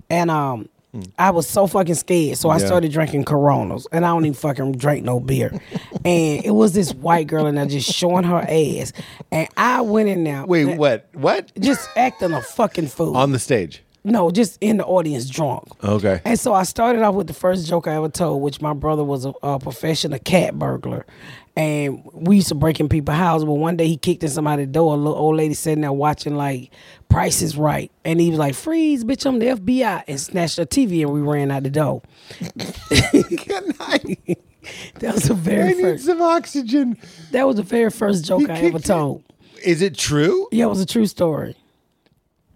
S2: And um
S1: Hmm.
S2: I was so fucking scared. So I started drinking coronas and I don't even fucking drink no beer. and it was this white girl and I just showing her ass. And I went in there.
S1: Wait, what? What?
S2: Just acting a fucking fool.
S1: On the stage.
S2: No, just in the audience drunk.
S1: Okay.
S2: And so I started off with the first joke I ever told, which my brother was a, a professional cat burglar. And we used to break in people's houses, but one day he kicked in somebody's door. A little old lady sitting there watching, like, Price is Right. And he was like, Freeze, bitch, I'm the FBI. And snatched her TV and we ran out the door.
S1: Good night.
S2: That was the
S1: I
S2: very
S1: need
S2: first,
S1: some oxygen.
S2: that was the very first joke I ever
S1: kicked in-
S2: told.
S1: Is it true?
S2: Yeah, it was a true story.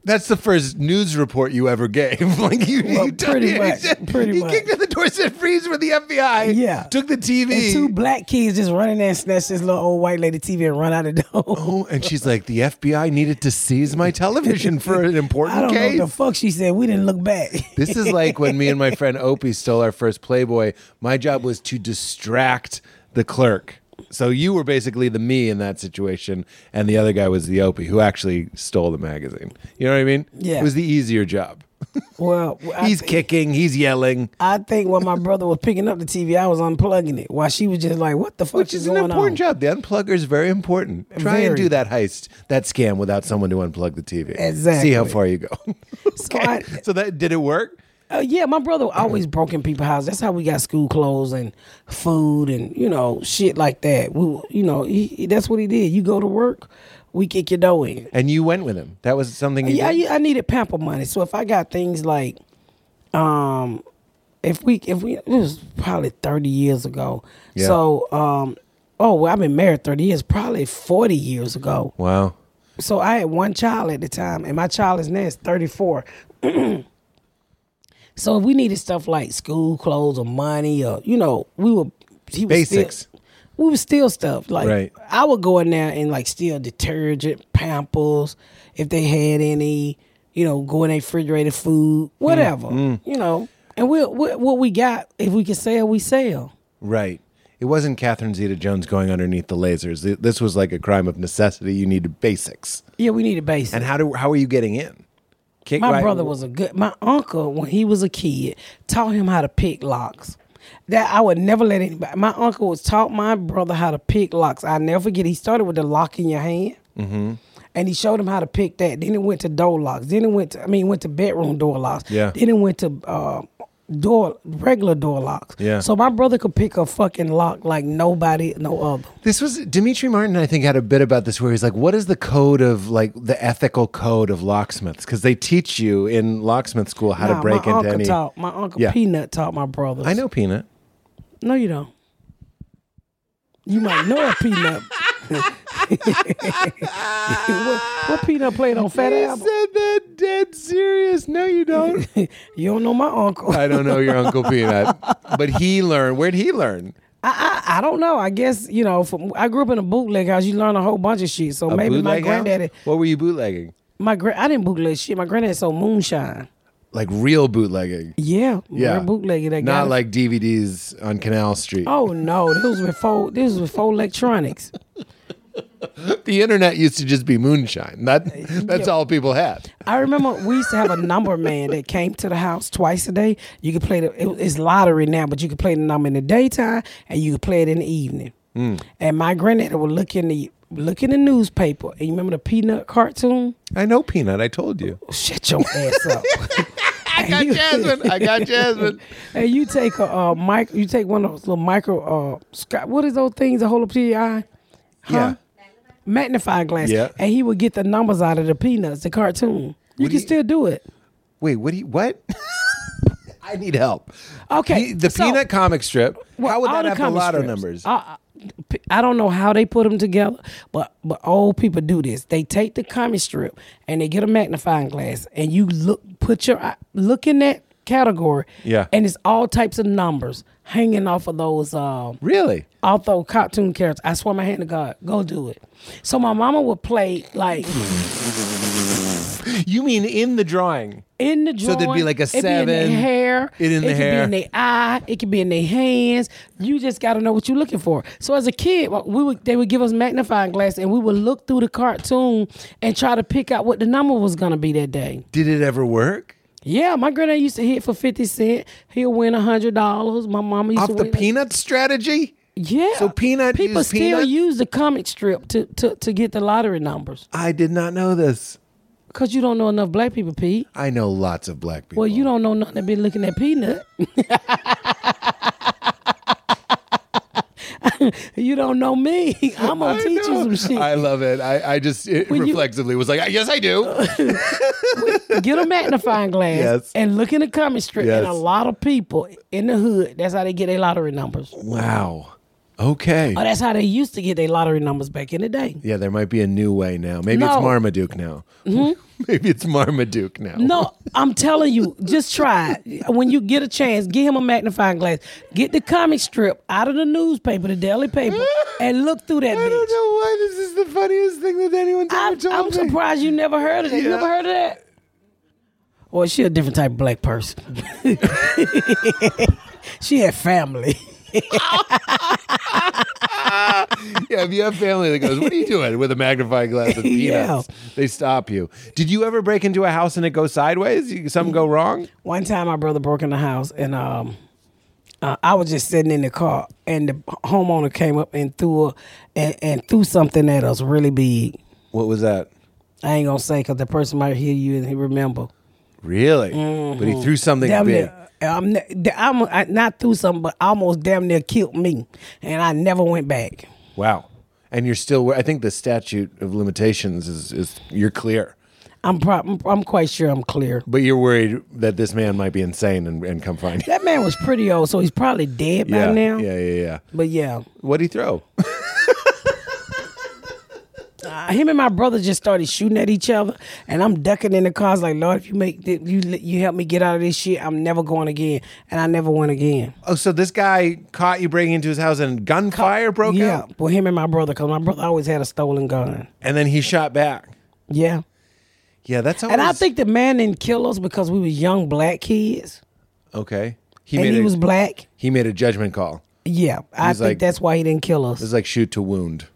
S1: That's the first news report you ever gave. like you,
S2: Well,
S1: you
S2: pretty
S1: he
S2: much,
S1: said-
S2: pretty
S1: he
S2: much.
S1: kicked at the door, said freeze for the FBI.
S2: Yeah.
S1: took the TV.
S2: And two black kids just running there and snatched this little old white lady TV and run out the door.
S1: oh, and she's like, the FBI needed to seize my television for an important
S2: I don't
S1: case.
S2: know what the fuck she said. We didn't look back.
S1: this is like when me and my friend Opie stole our first Playboy. My job was to distract the clerk. So you were basically the me in that situation, and the other guy was the Opie who actually stole the magazine. You know what I mean?
S2: Yeah.
S1: it was the easier job.
S2: well, I
S1: He's
S2: thi-
S1: kicking. He's yelling.
S2: I think when my brother was picking up the TV, I was unplugging it while she was just like, "What the fuck
S1: Which is an
S2: going
S1: important
S2: on?"
S1: job. The unplugger is very important. Try and
S2: Very.
S1: do that heist, that scam without someone to unplug the TV. See
S2: Exactly.
S1: how far you go.
S2: So I-
S1: so that did it work?
S2: Uh, yeah, my brother always broke in people's houses. That's how we got school clothes and food and you know shit like that. We, you know, he, he- that's what he did. You go to work, we kick your dough in.
S1: And you went with him. That was something you
S2: Yeah,
S1: did?
S2: I, I needed pamper money. So if I got things like, um, if we if we it was probably thirty years ago.
S1: Yeah.
S2: So um, oh well, I've been married thirty years, probably forty years ago.
S1: Wow.
S2: So I had one child at the time, and my child is now is thirty four. so if we needed stuff like school clothes or money or you know we were he was
S1: Basics.
S2: Still, we would steal stuff like
S1: Right.
S2: I would go in there and like steal detergent, Pampers, if they had any. You know, go in their refrigerated food,
S1: Mm.
S2: whatever. You know, and we, we what we got if we can sell, we sell.
S1: Right. It wasn't Catherine Zeta Jones going underneath the lasers. Th- This was like a crime of necessity. You needed basics.
S2: Yeah, we need a basic.
S1: And how do how are you getting in? Kick,
S2: My
S1: right-
S2: brother was a good. My uncle, when he was a kid, taught him how to pick locks. That I would never let anybody. My uncle was taught my brother how to pick locks. I never forget. He started with the lock in your hand,
S1: Mm-hmm.
S2: and he showed him how to pick that. Then it went to door locks. Then it went to. I mean, went to bedroom door locks.
S1: Yeah.
S2: Then it went to uh, door, regular door locks.
S1: Yeah.
S2: So my brother could pick a fucking lock like nobody, no other.
S1: This was Dimitri Martin, I think, had a bit about this where he's like, what is the code of like the ethical code of locksmiths? Because they teach you in locksmith school how
S2: Nah,
S1: to break
S2: my
S1: into
S2: uncle
S1: any.
S2: Taught, my uncle
S1: Yeah.
S2: Peanut taught my brother.
S1: I know Peanut.
S2: No, you don't. You might know a Peanut. what, what Peanut played on Fat
S1: You
S2: Album?
S1: said that dead serious. No, you don't.
S2: You don't know my uncle.
S1: I don't know your Uncle Peanut. But he learned. Where'd he learn?
S2: I, I I don't know. I guess you know. From I grew up in a bootleg house. You learn a whole bunch of shit. So
S1: A
S2: maybe my
S1: bootleg house?
S2: granddaddy,
S1: What were you bootlegging?
S2: my grand, I didn't bootleg shit. My granddaddy sold moonshine.
S1: Like real bootlegging.
S2: Yeah,
S1: Yeah.
S2: we're bootlegging that
S1: Not
S2: guy.
S1: like DVDs on Canal Street.
S2: Oh no, this was before. This was before electronics.
S1: The internet used to just be moonshine. That that's all people had.
S2: I remember we used to have a number man that came to the house twice a day. You could play the it, it's lottery now, but you could play the number in the daytime and you could play it in the evening.
S1: Mm.
S2: And my granddad would look in the look in the newspaper. And you remember the peanut cartoon?
S1: I know Peanut. I told you.
S2: Shut your ass up. I
S1: got Jasmine. I got Jasmine.
S2: And you take a uh, mic. You take one of those little micro. Uh, sky, what is those things that hold up to your eye? Huh? Magnifying glass.
S1: Yeah.
S2: And he would get the numbers out of the peanuts, the cartoon. You can
S1: do you-
S2: still do it.
S1: Wait, what? Do you, what? I need help.
S2: Okay,
S1: Pe- the
S2: so-
S1: Peanut comic strip.
S2: Well,
S1: how would
S2: all
S1: that
S2: the
S1: have the
S2: comic
S1: lotto numbers?
S2: strips. Uh, I, I- I don't know how they put them together, but but old people do this. They take the comic strip and they get a magnifying glass, and you look put your eye- look in that category.
S1: Yeah.
S2: and it's all types of numbers hanging off of those. Um,
S1: really?
S2: Although cartoon characters, I swear my hand to God, go do it. So my mama would play like
S1: You mean in the drawing?
S2: in the drawing.
S1: there'd be like a
S2: it'd Be in
S1: seven,
S2: their hair.
S1: it in the
S2: it
S1: hair.
S2: could be in their eye. It could be in their hands. You just got to know what you're looking for. So as a kid, well, we would they would give us magnifying glass and we would look through the cartoon and try to pick out what the number was gonna be that day.
S1: Did it ever work?
S2: Yeah, my granddad used to hit for fifty cent. He'll win hundred dollars. My mama used
S1: Off
S2: to
S1: the
S2: win. like-
S1: Peanut strategy?
S2: yeah.
S1: So Peanut
S2: people
S1: used
S2: still
S1: Peanut?
S2: use the comic strip to, to to get the lottery numbers
S1: I did not know this.
S2: because you don't know enough black people, Pete.
S1: I know lots of black people.
S2: Well, you don't know nothing that been looking at peanut. you don't know me. I'm gonna
S1: I
S2: teach
S1: know.
S2: you some shit.
S1: I love it. I, I just it
S2: When you-
S1: reflexively was like, yes, I do.
S2: Get a magnifying glass
S1: Yes.
S2: and look in the comment strip. And a
S1: Yes.
S2: lot of people in the hood, that's how they get their lottery numbers.
S1: wow. Okay.
S2: Or that's how they used to get their lottery numbers back in the day.
S1: Yeah, there might be a new way now. Maybe
S2: No.
S1: it's
S2: Mm-hmm.
S1: Marmaduke now. Maybe it's Marmaduke now.
S2: No, I'm telling you, just try it. When you get a chance, get him a magnifying glass. Get the comic strip out of the newspaper, the daily paper, and look through that
S1: I
S2: bitch.
S1: don't know why this is the funniest thing that anyone's ever
S2: I'm,
S1: told
S2: I'm
S1: me.
S2: surprised you never heard of that. You
S1: Yeah.
S2: ever heard of that? Well, she a different type of black person. she had family.
S1: Yeah, if you have family that goes, "What are you doing with a magnifying glass of peanuts?" They stop you. Did you ever break into a house and it go sideways? You, something go wrong?
S2: One time, my brother broke in the house, and um, uh, I was just sitting in the car, and the homeowner came up and threw a, and, and threw something at us really big.
S1: What was that?
S2: I ain't gonna say because the person might hear you and he remember.
S1: Really? But he threw something
S2: damn
S1: big.
S2: near. uh, I'm, ne- I'm I, not through something, but almost damn near killed me, and I never went back.
S1: Wow. And you're still. I think the statute of limitations is is you're clear,
S2: I'm prob- I'm quite sure I'm clear.
S1: but you're worried that this man might be insane and, and come find you.
S2: That man was pretty old, so he's probably dead by
S1: Yeah,
S2: now.
S1: yeah, yeah, yeah.
S2: But yeah,
S1: What'd he throw?
S2: Uh, him and my brother just started shooting at each other, and I'm ducking in the cars like, Lord, if you make th- you you help me get out of this shit, I'm never going again, and I never went again.
S1: Oh, so this guy caught you breaking into his house and gunfire broke
S2: Yeah,
S1: out,
S2: well, him and my brother, cause my brother always had a stolen gun.
S1: and then he shot back.
S2: Yeah,
S1: Yeah, that's always,
S2: and I think the man didn't kill us because we were young black kids,
S1: okay. He
S2: and
S1: made
S2: he
S1: a,
S2: was black.
S1: he made a judgment call.
S2: Yeah, I
S1: was
S2: think
S1: like-
S2: that's why he didn't kill us.
S1: It's like shoot to wound.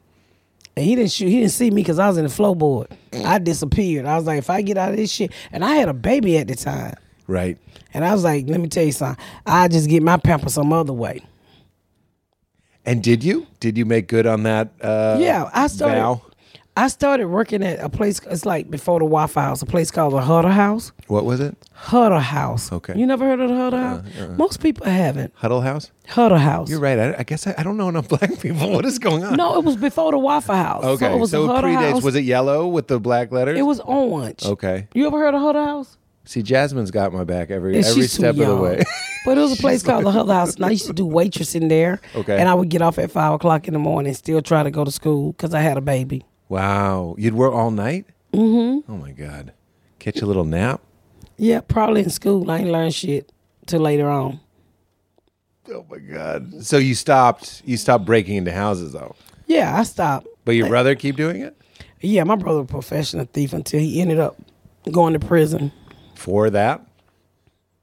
S2: And he didn't shoot. He didn't see me because I was in the flowboard. I disappeared. I was like, if I get out of this shit, and I had a baby at the time.
S1: Right.
S2: And I was like, let me tell you something. I just get my pamper some other way.
S1: And did you? Did you make good on that? Uh,
S2: yeah, I started.
S1: vow?
S2: I started working at a place. It's like before the Waffle House, a place called the Huddle House.
S1: What was it?
S2: Huddle House.
S1: Okay.
S2: You never heard of the Huddle House? Most people haven't.
S1: Huddle House?
S2: Huddle House.
S1: You're right. I, I guess I, I don't know enough black people. What is going on?
S2: No, it was before the Waffle House.
S1: Okay.
S2: So it was the Huddle
S1: predates.
S2: House.
S1: Was it yellow with the black letters?
S2: It was orange.
S1: okay.
S2: You ever heard of Huddle House?
S1: See, Jasmine's got my back every
S2: And
S1: every
S2: she's too
S1: step of the
S2: young.
S1: way.
S2: But it was a place called the Huddle House, and I used to do waitressing there.
S1: Okay.
S2: And I would get off at five o'clock in the morning, and still try to go to school because I had a baby.
S1: wow. You'd work all night? Mm-hmm. Oh my God. Catch a little nap?
S2: Yeah, probably in school. I ain't learned shit till later on.
S1: Oh my God. So you stopped you stopped breaking into houses though.
S2: Yeah, I stopped.
S1: But your brother keep doing it?
S2: Yeah, my brother was a professional thief until he ended up going to prison.
S1: For that?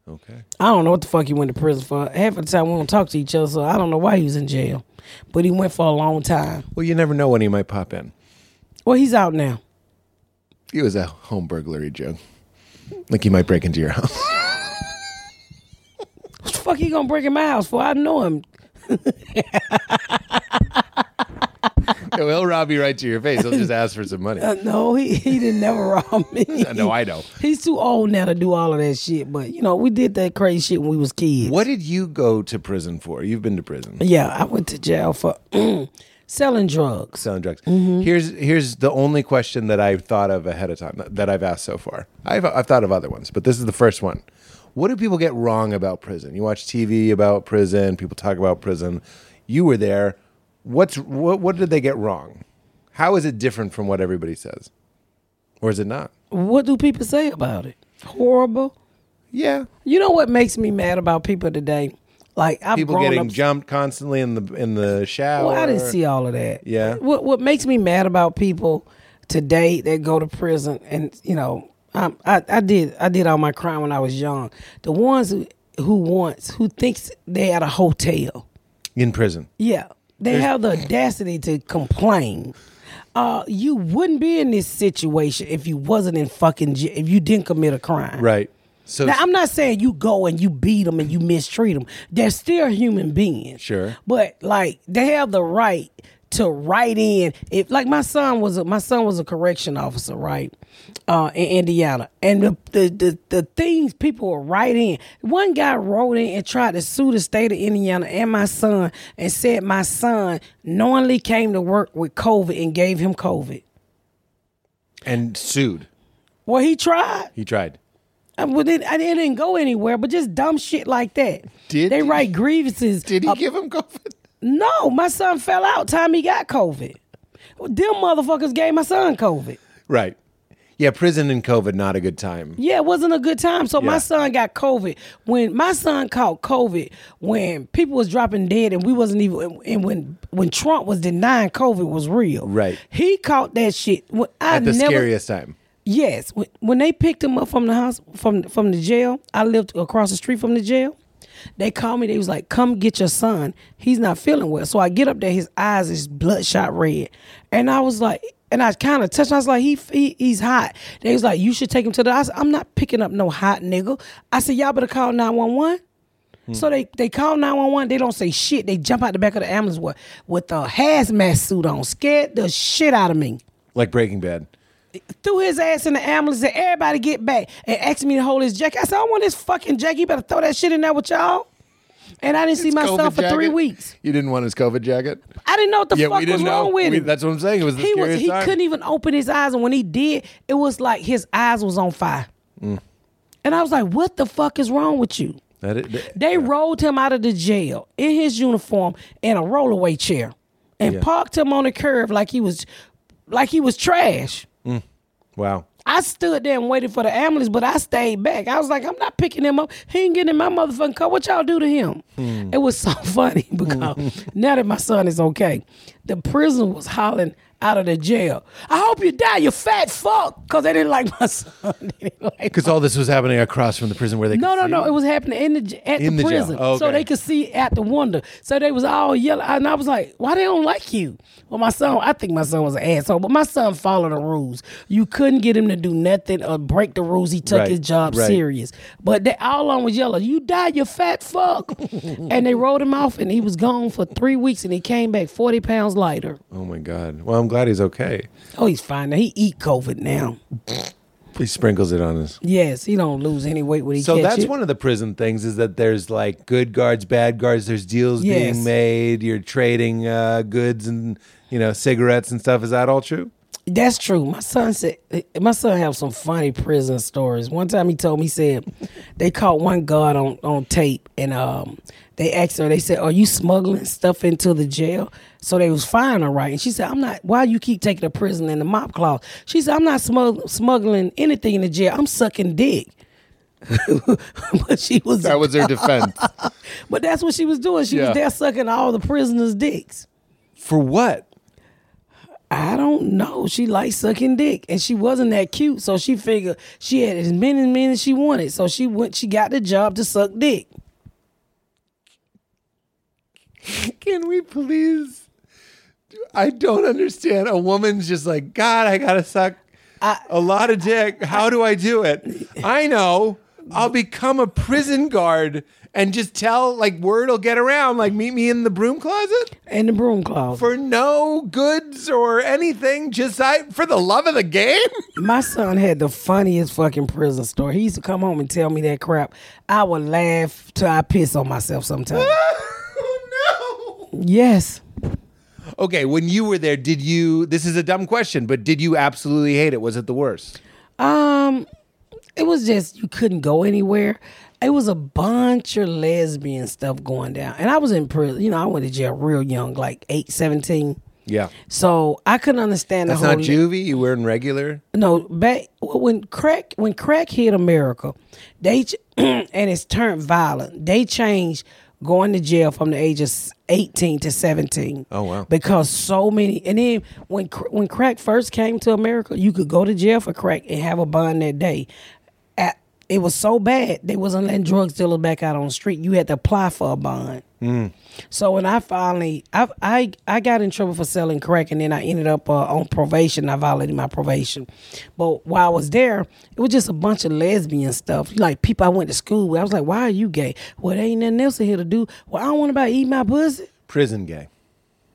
S1: Okay.
S2: I don't know what the fuck he went to prison for. Half of the time we don't talk to each other, so I don't know why he was in jail. But he went for a long time.
S1: Well, you never know when he might pop in.
S2: Well, he's out now.
S1: It was a home burglary joke. Like he might break into your house.
S2: What the fuck he gonna break in my house for? I know him.
S1: He'll rob you right to your face. He'll just ask for some money.
S2: Uh, no, he, he didn't never rob me.
S1: No, I know.
S2: He's too old now to do all of that shit. But you know, we did that crazy shit when we was kids.
S1: What did you go to prison for? You've been to prison.
S2: Yeah, I went to jail for mm, selling drugs.
S1: selling drugs.
S2: Mm-hmm.
S1: Here's here's the only question that I've thought of ahead of time that I've asked so far. I've I've thought of other ones, but this is the first one. What do people get wrong about prison? You watch TV about prison, people talk about prison. You were there. What's what what did they get wrong? How is it different from what everybody says? Or is it not?
S2: What do people say about it? Horrible.
S1: Yeah.
S2: You know what makes me mad about people today? Like I've
S1: People
S2: grown
S1: getting
S2: up
S1: jumped constantly in the in the shower.
S2: Well, I didn't see all of that.
S1: Yeah.
S2: What What makes me mad about people today that go to prison and you know I I, I did I did all my crime when I was young. The ones who who wants who thinks they at a hotel.
S1: in prison.
S2: Yeah. They have the audacity to complain. Uh, you wouldn't be in this situation if you wasn't in fucking jail, if you didn't commit a crime.
S1: Right. So
S2: Now, I'm not saying you go and you beat them and you mistreat them. They're still human beings.
S1: Sure.
S2: But like they have the right to write in. If like my son was a, my son was a correction officer, right, uh, in Indiana, and the the, the the things people were write in. One guy wrote in and tried to sue the state of Indiana and my son, and said my son knowingly came to work with COVID and gave him COVID.
S1: and sued.
S2: Well, he tried.
S1: He tried.
S2: Uh, Well, it, it didn't go anywhere, but just dumb shit like that.
S1: Did
S2: they
S1: he-
S2: write grievances?
S1: Did he give him COVID?
S2: No, my son fell out time he got COVID. Well, Them motherfuckers gave my son COVID.
S1: Right. Yeah, prison and COVID not a good time.
S2: Yeah, it wasn't a good time. So my
S1: Yeah.
S2: son got COVID when my son caught COVID when people was dropping dead and we wasn't even and when when Trump was denying COVID was real.
S1: Right.
S2: He caught that shit. When I
S1: At the
S2: never,
S1: scariest time.
S2: Yes, when, when they picked him up from the house from from the jail, I lived across the street from the jail. They called me. They was like, "Come get your son. He's not feeling well." So I get up there. His eyes is bloodshot red, and I was like, and I kind of touched. him. I was like, he, "He he's hot." They was like, "You should take him to the." I said, "I'm not picking up no hot nigga." I said, "Y'all better call nine one one." So they they call 911. They don't say shit. They jump out the back of the ambulance with, with a hazmat suit on, scared the shit out of me
S1: Like Breaking Bad.
S2: threw his ass in the ambulance and everybody get back and asked me to hold his jacket. I said, I want this fucking jacket. You better throw that shit in there with y'all. And I didn't see my son
S1: COVID
S2: for three
S1: jacket?
S2: weeks.
S1: You didn't want his COVID jacket?
S2: I didn't know what the
S1: Yeah,
S2: fuck
S1: we didn't
S2: was
S1: know.
S2: wrong with
S1: We-
S2: him.
S1: that's what I'm saying. It was the
S2: he was
S1: scariest
S2: he
S1: time.
S2: couldn't even open his eyes, and when he did, it was like his eyes was on fire.
S1: Mm.
S2: And I was like, what the fuck is wrong with you?
S1: That it, that-
S2: They rolled him out of the jail in his uniform in a rollaway chair and parked him on the curb like he was like he was trash.
S1: wow.
S2: I stood there and waited for the ambulance, but I stayed back. I was like, I'm not picking him up. He ain't getting in my motherfucking car. What y'all do to him? It was so funny because now that my son is okay, the prison was hollering out of the jail. I hope you die, you fat fuck, because they didn't like my son. They didn't like-
S1: Because all this was happening across from the prison where they
S2: no,
S1: could
S2: no,
S1: see
S2: no.
S1: you.
S2: It was happening in the j- at
S1: In
S2: the
S1: the jail.
S2: prison,
S1: Oh,
S2: so
S1: okay.
S2: they could see out the window. So they was all yelling, and I was like, "Why they don't like you?" Well, my son, I think my son was an asshole, but my son followed the rules. You couldn't get him to do nothing or break the rules. He took
S1: Right,
S2: his job
S1: right.
S2: serious, but they all on was yelling, "You die, you fat fuck!" and they rolled him off, and he was gone for three weeks, and he came back forty pounds lighter.
S1: Oh my God. Well, I'm
S3: glad he's okay.
S2: Oh, he's fine now. He eat COVID now.
S3: He sprinkles it on us.
S2: Yes, he don't lose any weight when he
S1: So
S2: catch
S1: that's
S2: it.
S1: one of the prison things is that there's like good guards, bad guards. There's deals
S2: Yes.
S1: being made. You're trading uh, goods and you know cigarettes and stuff. Is that all true?
S2: That's true. My son said my son have some funny prison stories. One time he told me he said they caught one guard on on tape and um they asked her they said are you smuggling stuff into the jail? So they was firing her right and she said I'm not. Why you keep taking a prison in the mop closet? She said I'm not smug- smuggling anything in the jail. I'm sucking dick. but she was
S3: That was her defense.
S2: but that's what she was doing. She
S3: Yeah.
S2: was there sucking all the prisoners' dicks.
S1: For what?
S2: I don't know. She liked sucking dick, and she wasn't that cute, so she figured she had as many men as she wanted. So she went. She got the job to suck dick.
S1: Can we please? I don't understand. A woman's just like, God, I gotta suck a lot of dick. How do I do it? I know. I'll become a prison guard and just tell like word will get around. Like, meet me in the broom closet
S2: And the broom closet.
S1: for no goods or anything. Just I for the love of the game.
S2: My son had the funniest fucking prison story. He used to come home and tell me that crap. I would laugh till I piss on myself sometimes.
S1: oh, no.
S2: yes.
S1: Okay, when you were there, did you? This is a dumb question, but did you absolutely hate it? Was it the worst?
S2: Um, it was just you couldn't go anywhere. It was a bunch of lesbian stuff going down. And I was in prison. You know, I went to jail real young, like 8, 17.
S1: Yeah.
S2: So I couldn't understand
S1: That's
S2: the whole
S1: not juvie. You were in regular.
S2: no back when crack when crack hit America, they ch- and it's turned violent. They changed going to jail from the age of s- eighteen to seventeen.
S1: Oh, wow.
S2: Because so many, and then when cr- when crack first came to America, you could go to jail for crack and have a bond that day. At, it was so bad they wasn't letting drug dealers back out on the street. You had to apply for a bond.
S1: Hmm.
S2: So when I finally, I, I I got in trouble for selling crack, and then I ended up uh, on probation. I violated my probation, but while I was there, it was just a bunch of lesbian stuff. Like people I went to school with, I was like, "Why are you gay?" Well, there ain't nothing else in here to do. Well, I don't want about eat my pussy.
S1: Prison gay.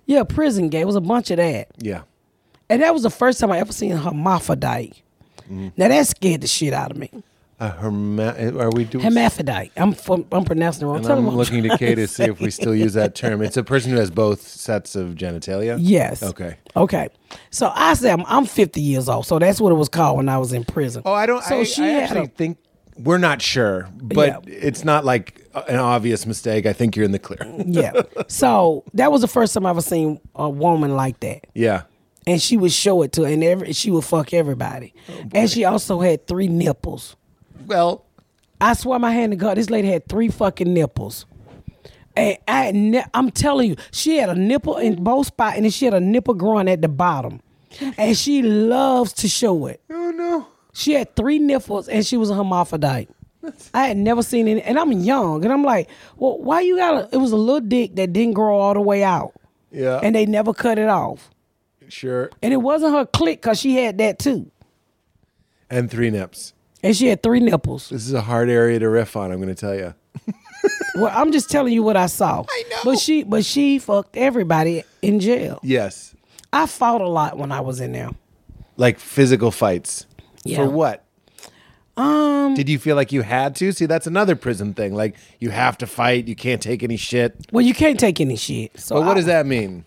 S2: Yeah, prison gay. It was a bunch of that,
S1: Yeah.
S2: and that was the first time I ever seen hermaphrodite.
S1: Mm.
S2: Now that scared the shit out of me.
S1: A herma- are we doing?
S2: Hermaphrodite. I'm from, I'm pronouncing it wrong.
S1: and
S2: Tell them
S1: I'm
S2: what I'm
S1: looking to
S2: trying
S1: Kay to see
S2: say.
S1: if we still use that term. It's a person who has both sets of genitalia.
S2: Yes.
S1: Okay.
S2: Okay. So I said I'm, I'm 50 years old, so that's what it was called when I was in prison.
S1: Oh, I don't.
S2: So
S1: I,
S2: she
S1: I
S2: had
S1: actually
S2: a,
S1: think we're not sure, but it's not like a- an obvious mistake. I think you're in the clear.
S2: yeah. So that was the first time I ever seen a woman like that,
S1: yeah.
S2: and she would show it to, and every she would fuck everybody,
S1: Oh,
S2: and she also had three nipples.
S1: Well,
S2: I swear my hand to God, this lady had three fucking nipples. And I, had ne- I'm telling you, she had a nipple in both spots, and then she had a nipple growing at the bottom, and she loves to show it.
S1: oh no.
S2: She had three nipples and she was a hermaphrodite. I had never seen any, and I'm young, and I'm like, well, why you got to It was a little dick that didn't grow all the way out,
S1: Yeah.
S2: and they never cut it off.
S1: sure.
S2: And it wasn't her click because she had that too,
S1: And three nips.
S2: and she had three nipples.
S1: This is a hard area to riff on. I'm going to tell you.
S2: well, I'm just telling you what I saw. I know, but she, but she fucked everybody in jail.
S1: Yes.
S2: I fought a lot when I was in there.
S1: Like physical fights.
S2: Yeah.
S1: For what? Um. Did you feel like you had to? See, that's another prison thing. Like you have to fight. You can't take any shit.
S2: Well, you can't take any shit. So
S1: But what
S2: I-
S1: does that mean?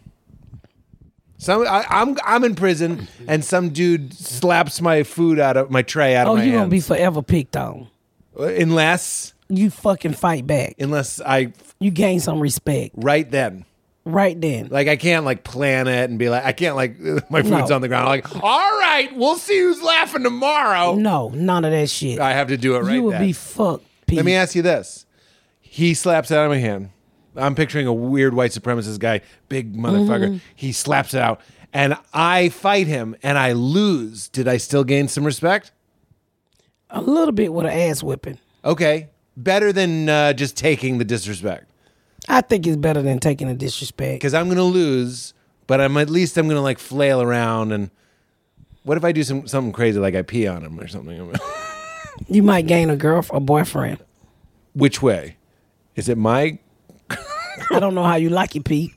S1: Some I, I'm I'm in prison and some dude slaps my food out of my tray out
S2: Oh,
S1: of my
S2: you gonna
S1: hand.
S2: be forever picked on.
S1: unless
S2: You fucking fight back.
S1: unless I
S2: You gain some respect
S1: right then.
S2: right then.
S1: Like I can't like plan it and be like I can't like my food's
S2: No.
S1: on the ground. like all right, we'll see who's laughing tomorrow.
S2: No, none of that shit.
S1: I have to do it right.
S2: you would
S1: then.
S2: be fucked. Pete.
S1: Let me ask you this. He slaps it out of my hand. I'm picturing a weird white supremacist guy, big motherfucker. He slaps it out, and I fight him, and I lose. Did I still gain some respect?
S2: a little bit with an ass whipping.
S1: Okay, better than uh, just taking the disrespect,
S2: I think it's better than taking a disrespect.
S1: because I'm gonna lose, but I'm at least I'm gonna like flail around and. What if I do some something crazy like I pee on him or something?
S2: You might gain a girl, a boyfriend.
S1: Which way? Is it my
S2: I don't know how you like it, Pete.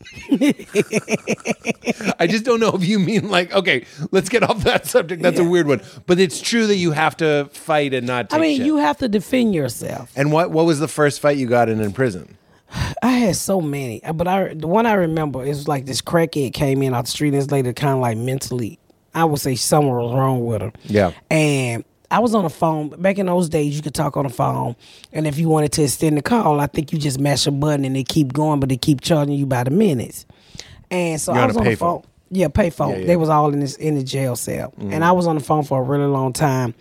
S1: I just don't know if you mean like okay, let's get off that subject. That's a weird one, but it's true that you have to fight and not. Take
S2: I mean,
S1: shit.
S2: you have to defend yourself.
S1: And what what was the first fight you got in in prison?
S2: I had so many, uh, but I the one I remember is like this crackhead came in out the street. And this lady kind of like mentally, I would say something was wrong with her.
S1: Yeah.
S2: And I was on the phone back in those days. You could talk on the phone, and if you wanted to extend the call, I think you just mash a button and they keep going, but they keep charging you by the minutes. And so
S1: You're
S2: I
S1: on
S2: was
S1: a
S2: on the
S1: payphone.
S2: phone. Yeah, payphone.
S1: yeah. Mm.
S2: They was all in this in the jail cell, and I was on the phone for a really long time,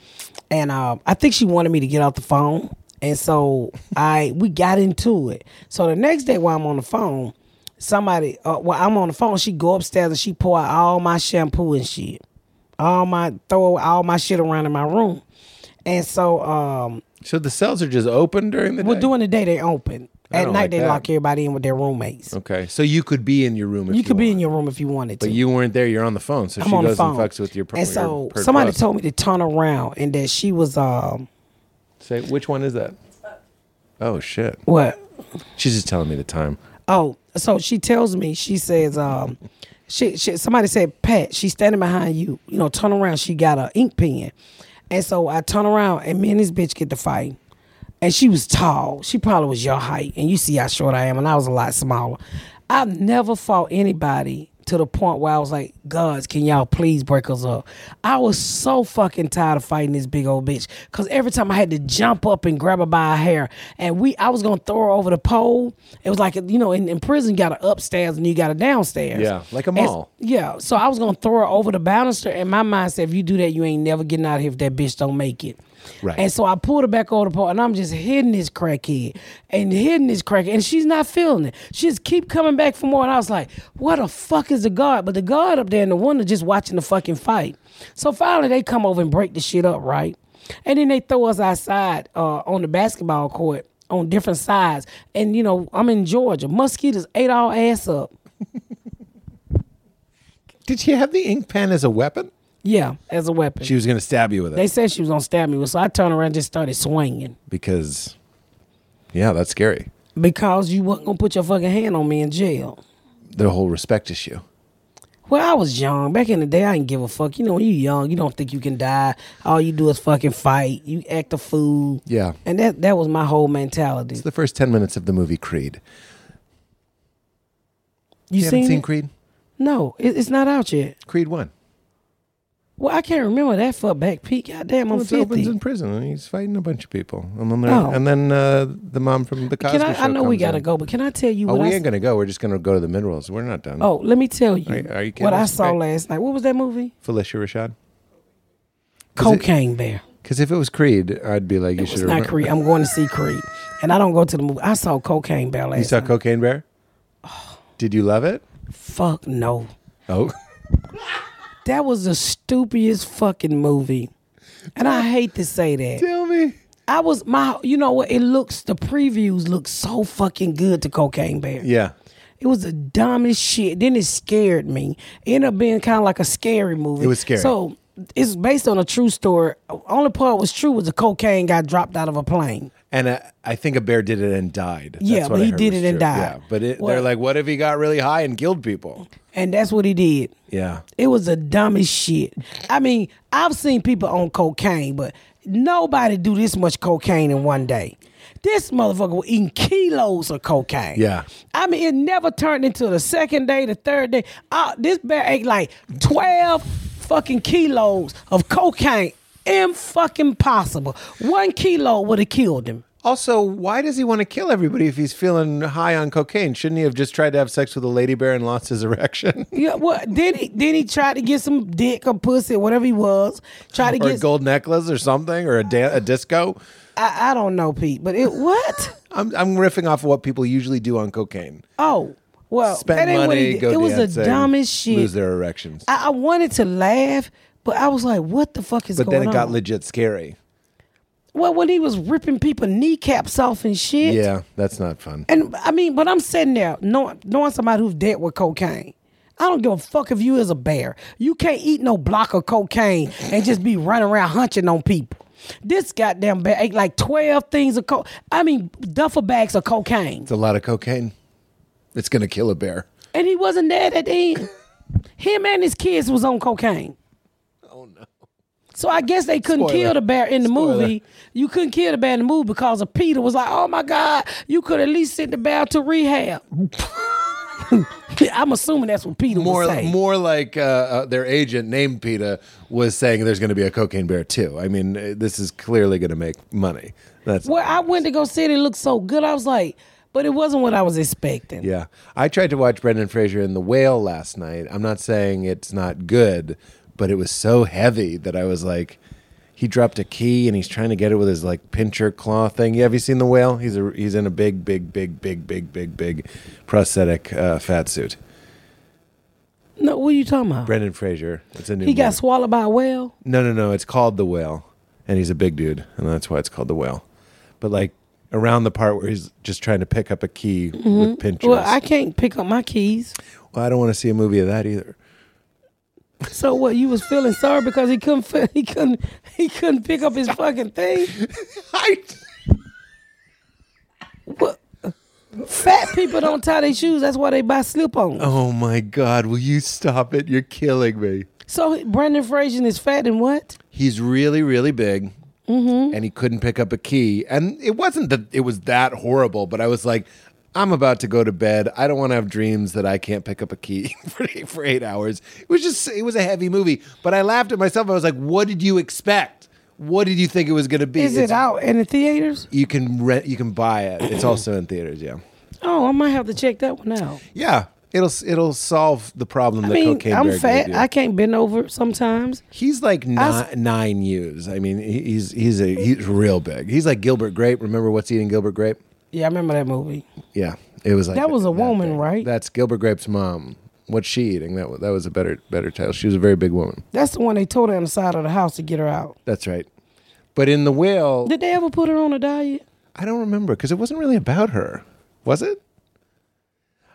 S2: and uh, I think she wanted me to get off the phone, and so I we got into it. So the next day while I'm on the phone, somebody uh, while I'm on the phone, she go upstairs and she pour out all my shampoo and shit, all my throw all my shit around in my room, and so um,
S1: So the cells are just open during the
S2: well
S1: day.
S2: during the day they open. At
S1: don't
S2: night
S1: like
S2: they
S1: that.
S2: lock everybody in with their roommates.
S1: okay, so you could be in your room. If
S2: You could be
S1: want.
S2: in your room if you wanted to.
S1: But you weren't there. You're on the phone, so
S2: I'm
S1: she
S2: on
S1: goes
S2: the phone.
S1: and fucks with your. per-
S2: and
S1: your
S2: so
S1: per-
S2: somebody
S1: plus.
S2: told me to turn around and that she was um
S1: Say which one is that? Oh shit!
S2: what
S1: She's just telling me the time.
S2: oh so she tells me she says um she, she somebody said Pat she's standing behind you you know turn around she got a ink pen and so I turn around and me and this bitch get to fight and she was tall she probably was your height and you see how short I am and I was a lot smaller I've never fought anybody to the point where I was like, "Gods, can y'all please break us up?" I was so fucking tired of fighting this big old bitch because every time I had to jump up and grab her by her hair, and we, I was gonna throw her over the pole. It was like you know, in, in prison, you got a upstairs and you got a downstairs.
S1: Yeah, like a
S2: And-
S1: mall.
S2: yeah, so I was gonna throw her over the banister, and my mind said, "If you do that, you ain't never getting out of here if that bitch don't make it."
S1: Right.
S2: And so I pulled her back over the pole, and I'm just hitting this crackhead and hitting this crackhead, and she's not feeling it. She just keep coming back for more, and I was like, "What the fuck is the guard?" But the guard up there in the window just watching the fucking fight. So finally, they come over and break the shit up, right? And then they throw us outside uh, on the basketball court on different sides, and you know I'm in Georgia. Mosquitoes ate our ass up.
S1: Did she have the ink pen as a weapon?
S2: Yeah, as a weapon.
S1: She was going to stab you with it
S2: They said she was gonna stab me, so I turned around and just started swinging
S1: because, yeah, that's scary.
S2: because you wasn't gonna put your fucking hand on me in jail.
S1: The whole respect issue.
S2: Well, I was young. Back in the day, I didn't give a fuck. You know, when you young, you don't think you can die. All you do is fucking fight. You act a fool.
S1: Yeah.
S2: And that that was my whole mentality.
S1: The first ten minutes of the movie Creed.
S2: You
S1: You haven't
S2: seen,
S1: seen
S2: it?
S1: Creed?
S2: No, it, it's not out yet.
S1: Creed one.
S2: Well, I can't remember that for a back peek. Goddamn, I'm
S1: Well, it opens in
S2: fifty.
S1: prison, and he's fighting a bunch of people, and then
S2: Oh.
S1: and then uh, the mom from the Cosby
S2: Can I?
S1: Show
S2: I know we
S1: comes
S2: gotta
S1: in.
S2: go, but can I tell you
S1: Oh,
S2: what
S1: we
S2: I?
S1: ain't gonna go. We're just gonna go to the minerals. We're not done.
S2: oh, let me tell you,
S1: Are- are you kidding
S2: what I
S1: us?
S2: saw
S1: Great.
S2: last night. What was that movie?
S1: Felicia Rashad.
S2: Cocaine Bear.
S1: Because if it was Creed, I'd be like, you should
S2: It's not
S1: remember.
S2: Creed. I'm going to see Creed, and I don't go to the movie. I saw Cocaine Bear
S1: You
S2: last
S1: saw
S2: night.
S1: Cocaine Bear. Did you love it?
S2: Fuck no,
S1: Oh,
S2: that was the stupidest fucking movie, and I hate to say that.
S1: tell me.
S2: I was my, you know what? It looks the previews look so fucking good to Cocaine Bear.
S1: Yeah.
S2: It was the dumbest shit. Then it scared me. It ended up being kind of like a scary movie.
S1: It was scary.
S2: So it's based on a true story. Only part was true was the cocaine got dropped out of a plane.
S1: And uh, I think a bear did it and died. That's
S2: Yeah,
S1: what
S2: but
S1: I
S2: he
S1: heard
S2: did
S1: was
S2: it and
S1: true.
S2: died.
S1: Yeah, but it,
S2: Well-
S1: they're like, what if he got really high and killed people?
S2: And that's what he did.
S1: Yeah.
S2: It was the dumbest shit. I mean, I've seen people on cocaine, but nobody do this much cocaine in one day. This motherfucker was eating kilos of cocaine.
S1: Yeah.
S2: I mean, it never turned into the second day, the third day. Uh, this bear ate like 12 fucking kilos of cocaine. fucking possible. One kilo would have killed him.
S1: Also, why does he want to kill everybody if he's feeling high on cocaine? Shouldn't he have just tried to have sex with a lady bear and lost his erection?
S2: Yeah, what? Then he, then he tried to get some dick or pussy, whatever he was. Tried to
S1: or a
S2: get.
S1: gold necklace or something or a, da- a disco?
S2: I, I don't know, Pete, but it what?
S1: I'm, I'm riffing off of what people usually do on cocaine.
S2: Oh, well, that
S1: Spend
S2: ain't what he
S1: money,
S2: did.
S1: go
S2: It was the
S1: dancing,
S2: dumbest shit.
S1: Lose their erections.
S2: I, I wanted to laugh, but I was like, "What the fuck is
S1: but
S2: going
S1: then it
S2: on?"
S1: got legit scary.
S2: well, when he was ripping people kneecaps off and shit.
S1: Yeah, that's not fun.
S2: And I mean, but I'm sitting there knowing, knowing somebody who's dealt with cocaine. I don't give a fuck if you is a bear. You can't eat no block of cocaine and just be running around hunching on people. This goddamn bear ate like twelve things of coke. I mean, duffel bags of cocaine.
S1: It's a lot of cocaine. It's gonna kill a bear.
S2: And he wasn't dead at the end. Him and his kids was on cocaine.
S1: Oh no.
S2: So I guess they couldn't
S1: Spoiler.
S2: kill the bear in the
S1: Spoiler.
S2: movie. You couldn't kill the bear in the movie because of Peter was like, "Oh my God, you could at least send the bear to rehab." I'm assuming that's what Peter
S1: More,
S2: was saying.
S1: more like uh, uh, their agent named PETA was saying there's going to be a cocaine bear too. I mean, uh, this is clearly going to make money. That's
S2: Well, I went to go see it. It looked so good. I was like, but it wasn't what I was expecting.
S1: Yeah, I tried to watch Brendan Fraser in The Whale last night. I'm not saying it's not good, but it was so heavy that I was like, he dropped a key and he's trying to get it with his like pincher claw thing. Yeah, have you seen The Whale? He's a he's in a big, big, big, big, big, big, big prosthetic uh, fat suit.
S2: No, what are you talking about?
S1: Brendan Fraser. It's a new.
S2: he got
S1: movie.
S2: swallowed by a whale.
S1: No, no, no. It's called The Whale, and he's a big dude, and that's why it's called The Whale. But like around the part where he's just trying to pick up a key with pinchers.
S2: Mm-hmm. Well, I can't pick up my keys.
S1: well, I don't want to see a movie of that either.
S2: So what? You was feeling sorry because he couldn't. fi- He couldn't. He couldn't pick up his fucking thing.
S1: I.
S2: What? Fat people don't tie their shoes. That's why they buy slip-ons.
S1: Oh my God, will you stop it? You're killing me.
S2: So Brandon Fraser is fat and what?
S1: He's really, really big.
S2: Mm-hmm.
S1: And he couldn't pick up a key. And it wasn't that it was that horrible, but I was like, I'm about to go to bed. I don't want to have dreams that I can't pick up a key for, for eight hours. It was just, it was a heavy movie. But I laughed at myself. I was like, what did you expect? What did you think it was going to be?
S2: Is it
S1: It's-
S2: out in the theaters?
S1: You can rent, you can buy it. It's also in theaters, yeah.
S2: Oh, I might have to check that one out.
S1: Yeah. It'll it'll solve the problem
S2: I
S1: that
S2: mean,
S1: cocaine bear
S2: I'm
S1: gave
S2: fat.
S1: you.
S2: I can't bend over sometimes.
S1: He's like ni-
S2: s-
S1: nine years. I mean, he- he's he's a he's real big. He's like Gilbert Grape. Remember what's eating Gilbert Grape?
S2: Yeah, I remember that movie.
S1: Yeah, it was like
S2: That was a woman,
S1: big.
S2: right?
S1: That's Gilbert Grape's mom. What's she eating? That wa- that was a better better title. She was a very big woman.
S2: That's the one they told her on the side of the house to get her out.
S1: That's right. But in the whale,
S2: Did they ever put her on a diet?
S1: I don't remember because it wasn't really about her, was it?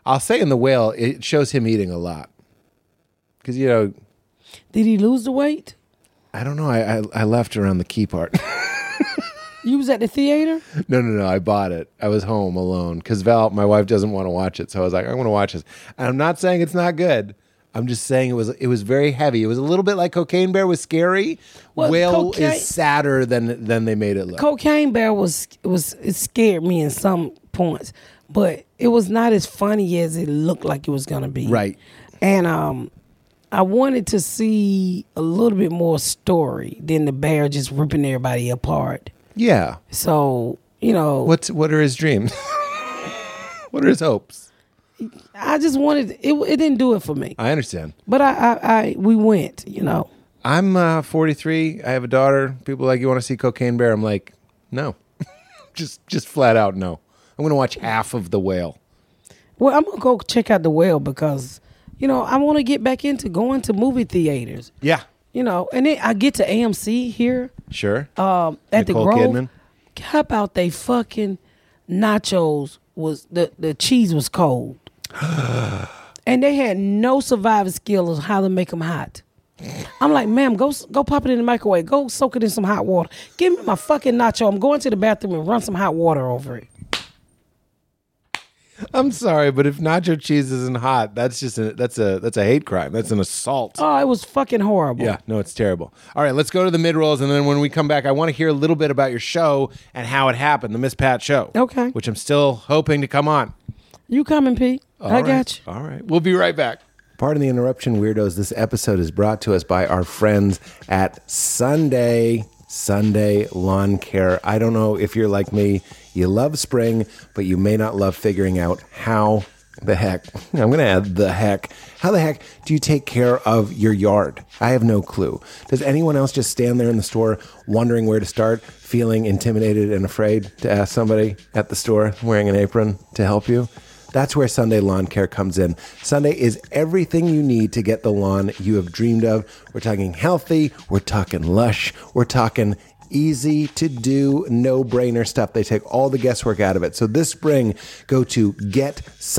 S1: I'll say in the whale, it shows him eating a lot because you know
S2: Did he lose the weight?
S1: I don't know. I I, I left around the key part.
S2: You was at the theater?
S1: No, no, no. I bought it. I was home alone because Val, my wife, doesn't want to watch it. So I was like, I want to watch this. And I'm not saying it's not good. I'm just saying it was it was very heavy. It was a little bit like Cocaine Bear was scary.
S2: Well,
S1: Whale
S2: cocaine-
S1: is sadder than than they made it look.
S2: Cocaine Bear was was it scared me in some points, but it was not as funny as it looked like it was gonna be.
S1: Right.
S2: And um I wanted to see a little bit more story than the bear just ripping everybody apart.
S1: yeah.
S2: So, you know,
S1: What's what are his dreams? what are his hopes?
S2: I just wanted it it didn't do it for me.
S1: I understand.
S2: But I I, I we went, you know.
S1: I'm uh, 43. I have a daughter. People are like you want to see Cocaine Bear. I'm like, no, just just flat out no. I'm gonna watch half of the whale.
S2: Well, I'm gonna go check out the well because you know I want to get back into going to movie theaters.
S1: Yeah.
S2: You know, and then I get to AMC here
S1: Sure.
S2: um, at
S1: Nicole
S2: the Grove.
S1: Kidman?
S2: How about they fucking nachos was the the cheese was cold, and they had no survivor skill of how to make them hot. I'm like, ma'am, go s- go pop it in the microwave. Go soak it in some hot water. Give me my fucking nacho. I'm going to the bathroom and run some hot water over it.
S1: I'm sorry, but if nacho cheese isn't hot, that's just a, that's a that's a hate crime. That's an assault.
S2: Oh, it was fucking horrible.
S1: Yeah, no, it's terrible. All right, let's go to the mid rolls, and then when we come back, I want to hear a little bit about your show and how it happened, the Miss Pat show.
S2: Okay.
S1: which I'm still hoping to come on.
S2: You coming, Pete? I
S1: All right,
S2: got you.
S1: All right, we'll be right back.
S3: Pardon the interruption, weirdos. This episode is brought to us by our friends at Sunday Sunday Lawn Care. I don't know if you're like me, you love spring, but you may not love figuring out how the heck. I'm going to add the heck. How the heck do you take care of your yard? I have no clue. Does anyone else just stand there in the store wondering where to start, feeling intimidated and afraid to ask somebody at the store wearing an apron to help you? That's where Sunday Lawn Care comes in. Sunday is everything you need to get the lawn you have dreamed of. We're talking healthy, we're talking lush, we're talking easy to do, no brainer stuff. They take all the guesswork out of it. So this spring, go to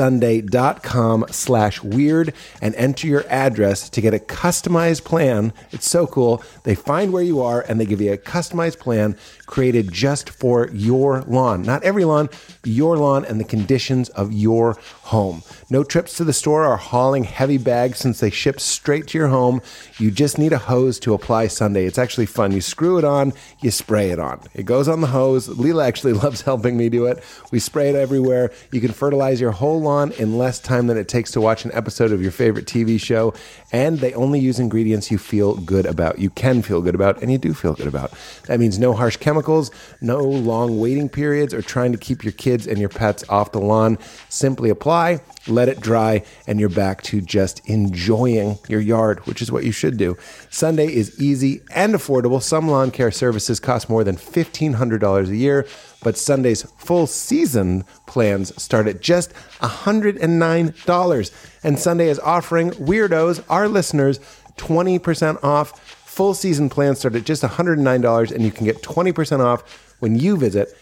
S3: getsunday.com slash weird and enter your address to get a customized plan. It's so cool. They find where you are and they give you a customized plan
S1: created just for your lawn. Not every lawn, your lawn and the conditions of your home. No trips to the store or hauling heavy bags since they ship straight to your home. You just need a hose to apply Sunday. It's actually fun. You screw it on, you spray it on. It goes on the hose. Leela actually loves helping me do it. We spray it everywhere. You can fertilize your whole lawn in less time than it takes to watch an episode of your favorite TV show. And they only use ingredients you feel good about. You can feel good about, and you do feel good about. That means no harsh chemicals, no long waiting periods, or trying to keep your kids and your pets off the lawn. Simply apply, let it dry, and you're back to just enjoying your yard, which is what you should do. Sunday is easy and affordable. Some lawn care services cost more than $1,500 a year, but Sunday's full season plans start at just $109. And Sunday is offering weirdos, our listeners, 20% off. Full season plans start at just $109, and you can get 20% off when you visit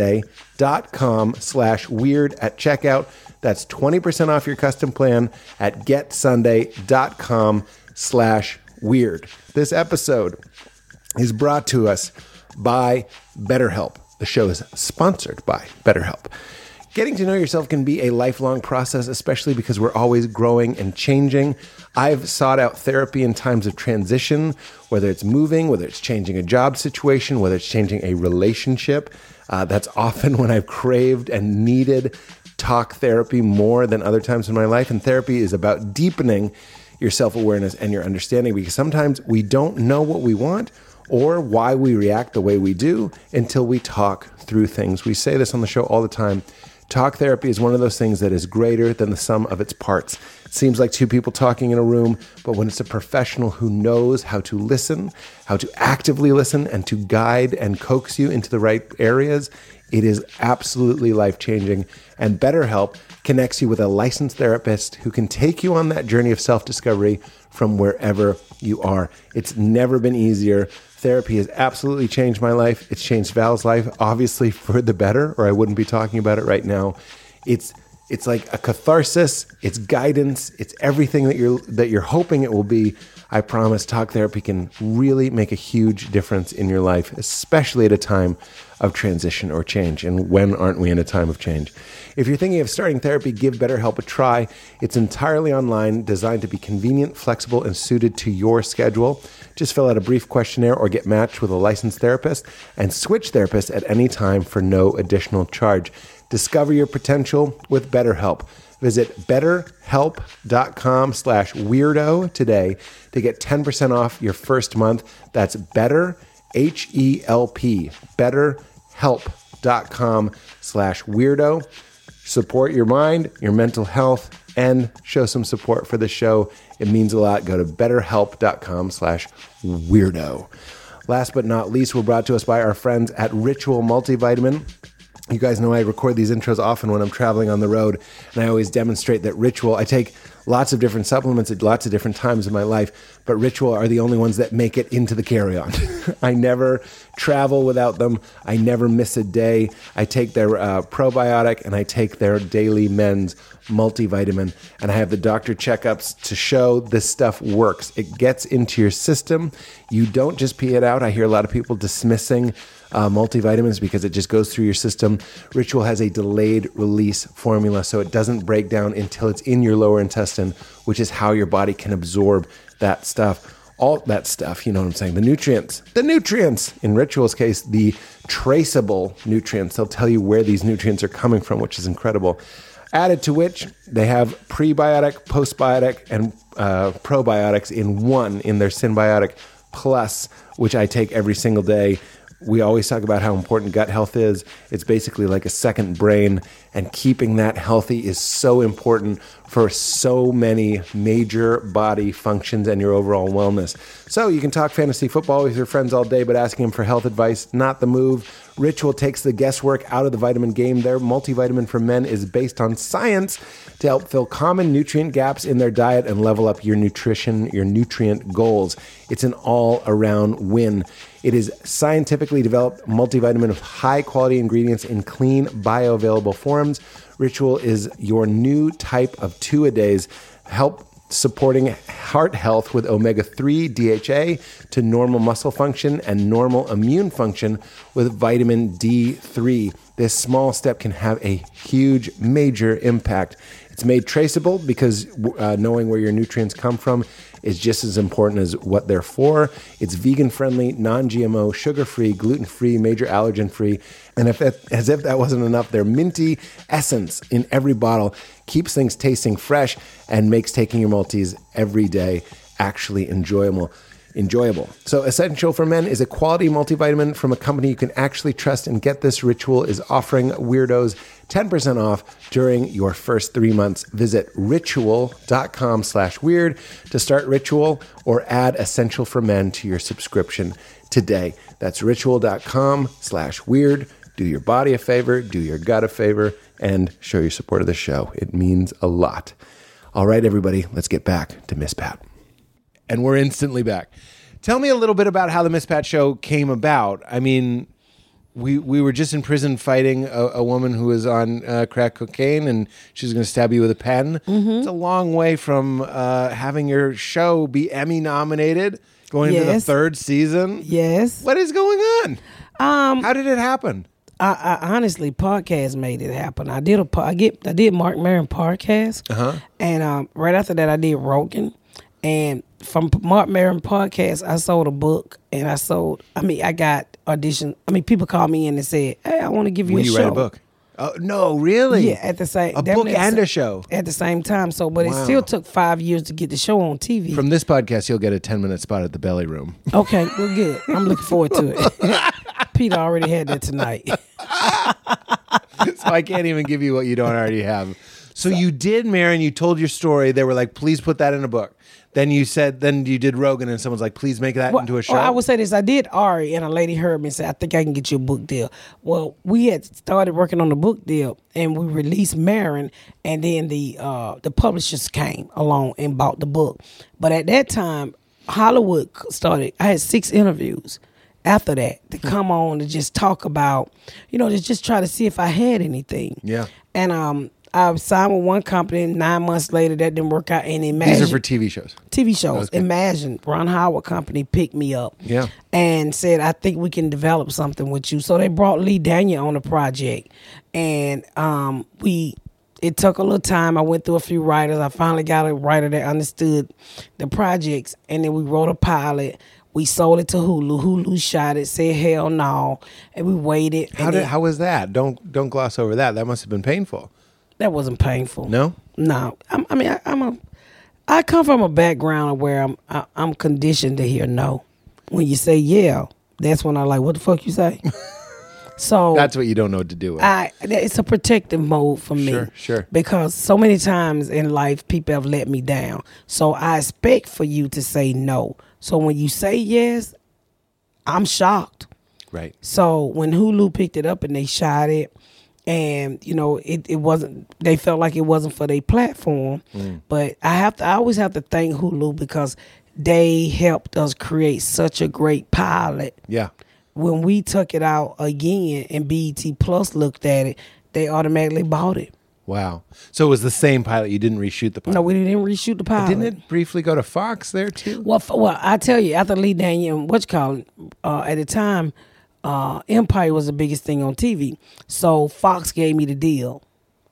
S1: getsunday.com slash weird at checkout. That's 20% off your custom plan at getsunday.com slash weird. This episode is brought to us by BetterHelp. The show is sponsored by BetterHelp. Getting to know yourself can be a lifelong process, especially because we're always growing and changing. I've sought out therapy in times of transition, whether it's moving, whether it's changing a job situation, whether it's changing a relationship. Uh, that's often when I've craved and needed talk therapy more than other times in my life. And therapy is about deepening your self awareness and your understanding because sometimes we don't know what we want or why we react the way we do until we talk through things. We say this on the show all the time. Talk therapy is one of those things that is greater than the sum of its parts. It seems like two people talking in a room, but when it's a professional who knows how to listen, how to actively listen, and to guide and coax you into the right areas, it is absolutely life changing. And BetterHelp connects you with a licensed therapist who can take you on that journey of self discovery from wherever you are. It's never been easier. Therapy has absolutely changed my life. It's changed Val's life, obviously for the better, or I wouldn't be talking about it right now. It's it's like a catharsis, it's guidance, it's everything that you're that you're hoping it will be. I promise talk therapy can really make a huge difference in your life, especially at a time of transition or change. And when aren't we in a time of change? If you're thinking of starting therapy, give BetterHelp a try. It's entirely online, designed to be convenient, flexible, and suited to your schedule. Just fill out a brief questionnaire or get matched with a licensed therapist and switch therapists at any time for no additional charge. Discover your potential with BetterHelp. Visit betterhelp.com slash weirdo today to get 10% off your first month. That's better, H E L P, betterhelp.com slash weirdo. Support your mind, your mental health, and show some support for the show. It means a lot. Go to betterhelp.com slash weirdo. Last but not least, we're brought to us by our friends at Ritual Multivitamin. You guys know I record these intros often when I'm traveling on the road, and I always demonstrate that ritual. I take lots of different supplements at lots of different times in my life, but ritual are the only ones that make it into the carry on. I never travel without them. I never miss a day. I take their uh, probiotic and I take their daily men's multivitamin, and I have the doctor checkups to show this stuff works. It gets into your system. You don't just pee it out. I hear a lot of people dismissing uh, multivitamins because it just goes through your system. Ritual has a delayed release formula, so it doesn't break down until it's in your lower intestine, which is how your body can absorb that stuff. All that stuff, you know what I'm saying? The nutrients, the nutrients. In Ritual's case, the traceable nutrients. They'll tell you where these nutrients are coming from, which is incredible. Added to which, they have prebiotic, postbiotic, and uh, probiotics in one in their symbiotic plus, which I take every single day we always talk about how important gut health is. It's basically like a second brain, and keeping that healthy is so important for so many major body functions and your overall wellness. So, you can talk fantasy football with your friends all day, but asking them for health advice, not the move. Ritual takes the guesswork out of the vitamin game. Their multivitamin for men is based on science to help fill common nutrient gaps in their diet and level up your nutrition, your nutrient goals. It's an all around win. It is scientifically developed multivitamin with high quality ingredients in clean, bioavailable forms. Ritual is your new type of two a days. Help
S3: supporting heart health with omega 3 DHA to normal muscle function and normal immune function with vitamin D3. This small step can have a huge, major impact. It's made traceable because uh, knowing where your nutrients come from is just as important as what they're for. It's vegan friendly, non GMO, sugar free, gluten free, major allergen free. And if that, as if that wasn't enough, their minty essence in every bottle keeps things tasting fresh and makes taking your Maltese every day actually enjoyable enjoyable. So Essential for Men is a quality multivitamin from a company you can actually trust and get this ritual is offering weirdos 10% off during your first three months. Visit ritual.com slash weird to start ritual or add Essential for Men to your subscription today. That's ritual.com slash weird. Do your body a favor, do your gut a favor, and show your support of the show. It means a lot. All right, everybody, let's get back to Miss Pat
S1: and we're instantly back. Tell me a little bit about how the Miss Pat show came about. I mean, we we were just in prison fighting a, a woman who was on uh, crack cocaine, and she was going to stab you with a pen.
S2: Mm-hmm.
S1: It's a long way from uh, having your show be Emmy nominated, going into the
S2: Yes.
S1: third season.
S2: Yes.
S1: What is going on?
S2: Um,
S1: How did it happen?
S2: I, I honestly podcast made it happen. I did a po- I get I did Mark Maron podcast,
S1: Uh-huh.
S2: and um, right after that I did Rogan, and from P- Mark Maron podcast I sold a book and I sold. I mean I got audition. I mean people called me in and said, "Hey, I want to give you
S1: Will
S2: a
S1: you
S2: show."
S1: write a book? Oh no, really?
S2: Yeah, at the same
S1: a
S2: definitely
S1: book
S2: at the
S1: and
S2: sa-
S1: a show.
S2: at the same time. So, but
S1: Wow.
S2: it still took five years to get the show on TV.
S1: From this podcast, you'll get a ten minute spot at the Belly Room.
S2: okay, we're good. I'm looking forward to it. Peter already had that tonight.
S1: so I can't even give you what you don't already have. So you did, Marin. You told your story. They were like, "Please put that in a book." Then you said, "Then you did Rogan," and someone's like, "Please make that
S2: Well,
S1: into a show."
S2: well, I would say this: I did Ari, and a lady heard me and said, "I think I can get you a book deal." Well, we had started working on the book deal, and we released Marin, and then the uh, the publishers came along and bought the book. But at that time, Hollywood started. I had six interviews after that
S1: Hmm.
S2: to come on to just talk about, you know, to just try to see if I had anything.
S1: Yeah.
S2: And um, I signed with one company. and Nine months later, that didn't work out. And imagine
S1: These are for TV shows.
S2: TV shows. Imagine Ron Howard Company picked me up.
S1: Yeah.
S2: And said, I think we can develop something with you. So they brought Lee Daniel on the project. And um we it took a little time. I went through a few writers. I finally got a writer that understood the projects. And then we wrote a pilot. We sold it to Hulu. Hulu shot it, said hell no. And we waited. and
S1: How did?
S2: then-
S1: How was that? Don't don't gloss over that. That must have been painful.
S2: that wasn't painful.
S1: No?
S2: no. I'm, I mean, I, I'm a, I come from a background of where I'm, I, I'm conditioned to hear no. When you say yeah, that's when I like, what the fuck you say? so
S1: That's what you don't know what to do. With.
S2: I that- it's a protective mode for me.
S1: Sure, sure.
S2: Because so many times in life people have let me down. So I expect for you to say no. So when you say yes, I'm shocked.
S1: right.
S2: So when Hulu picked it up and they shot it, and you know it, it wasn't they felt like it wasn't for their platform, but I have to I always have to thank Hulu because they helped us create such a great pilot.
S1: Yeah.
S2: When we took it out again and BET Plus looked at it, they automatically bought it.
S1: Wow. So it was the same pilot. You didn't reshoot the pilot.
S2: No, we didn't reshoot the pilot.
S1: Didn't it briefly go to Fox there too?
S2: Well, f- well, I tell you, after Lee Daniel, and what you call it, uh, at the time, uh, Empire was the biggest thing on TV. So Fox gave me the deal,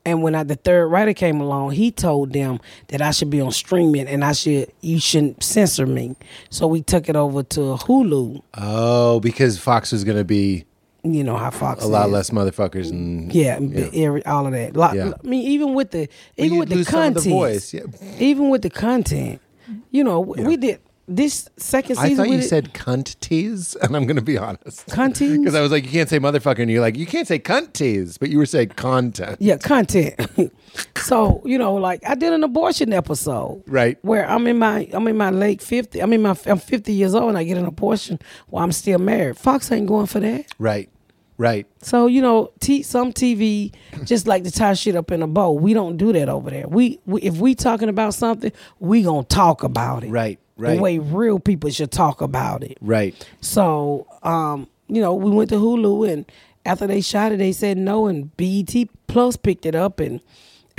S2: and when I, the third writer came along, he told them that I should be on streaming and I should you shouldn't censor me. So we took it over to Hulu.
S1: Oh, because Fox was going to be
S2: You know how Fox
S1: a lot
S2: is.
S1: less motherfuckers and
S2: Yeah, b- every- all of that. Like,
S1: Yeah.
S2: I mean, even with the even
S1: you
S2: with the
S1: lose some of
S2: content,
S1: the voice, yeah.
S2: even with the content, you know, w we did this second
S1: I
S2: season.
S1: thought
S2: we
S1: you
S2: did-
S1: said cunt tease, and I'm going to be honest.
S2: Cunties?
S1: Because I was like, you can't say motherfucker, and you're like, you can't say cunt tease, but you were saying content.
S2: Yeah, content. so you know, like I did an abortion episode,
S1: Right.
S2: Where I'm in my I'm in my late fifty. I'm in my I'm fifty years old and I get an abortion while I'm still married. Fox ain't going for that.
S1: Right, right.
S2: So you know, t- some TV just like to tie shit up in a bow. We don't do that over there. We, we if we talking about something, we gonna talk about it.
S1: Right, right.
S2: The way real people should talk about it.
S1: Right.
S2: So, um, you know, we went to E Hulu and after they shot it, they said no, and BET Plus picked it up and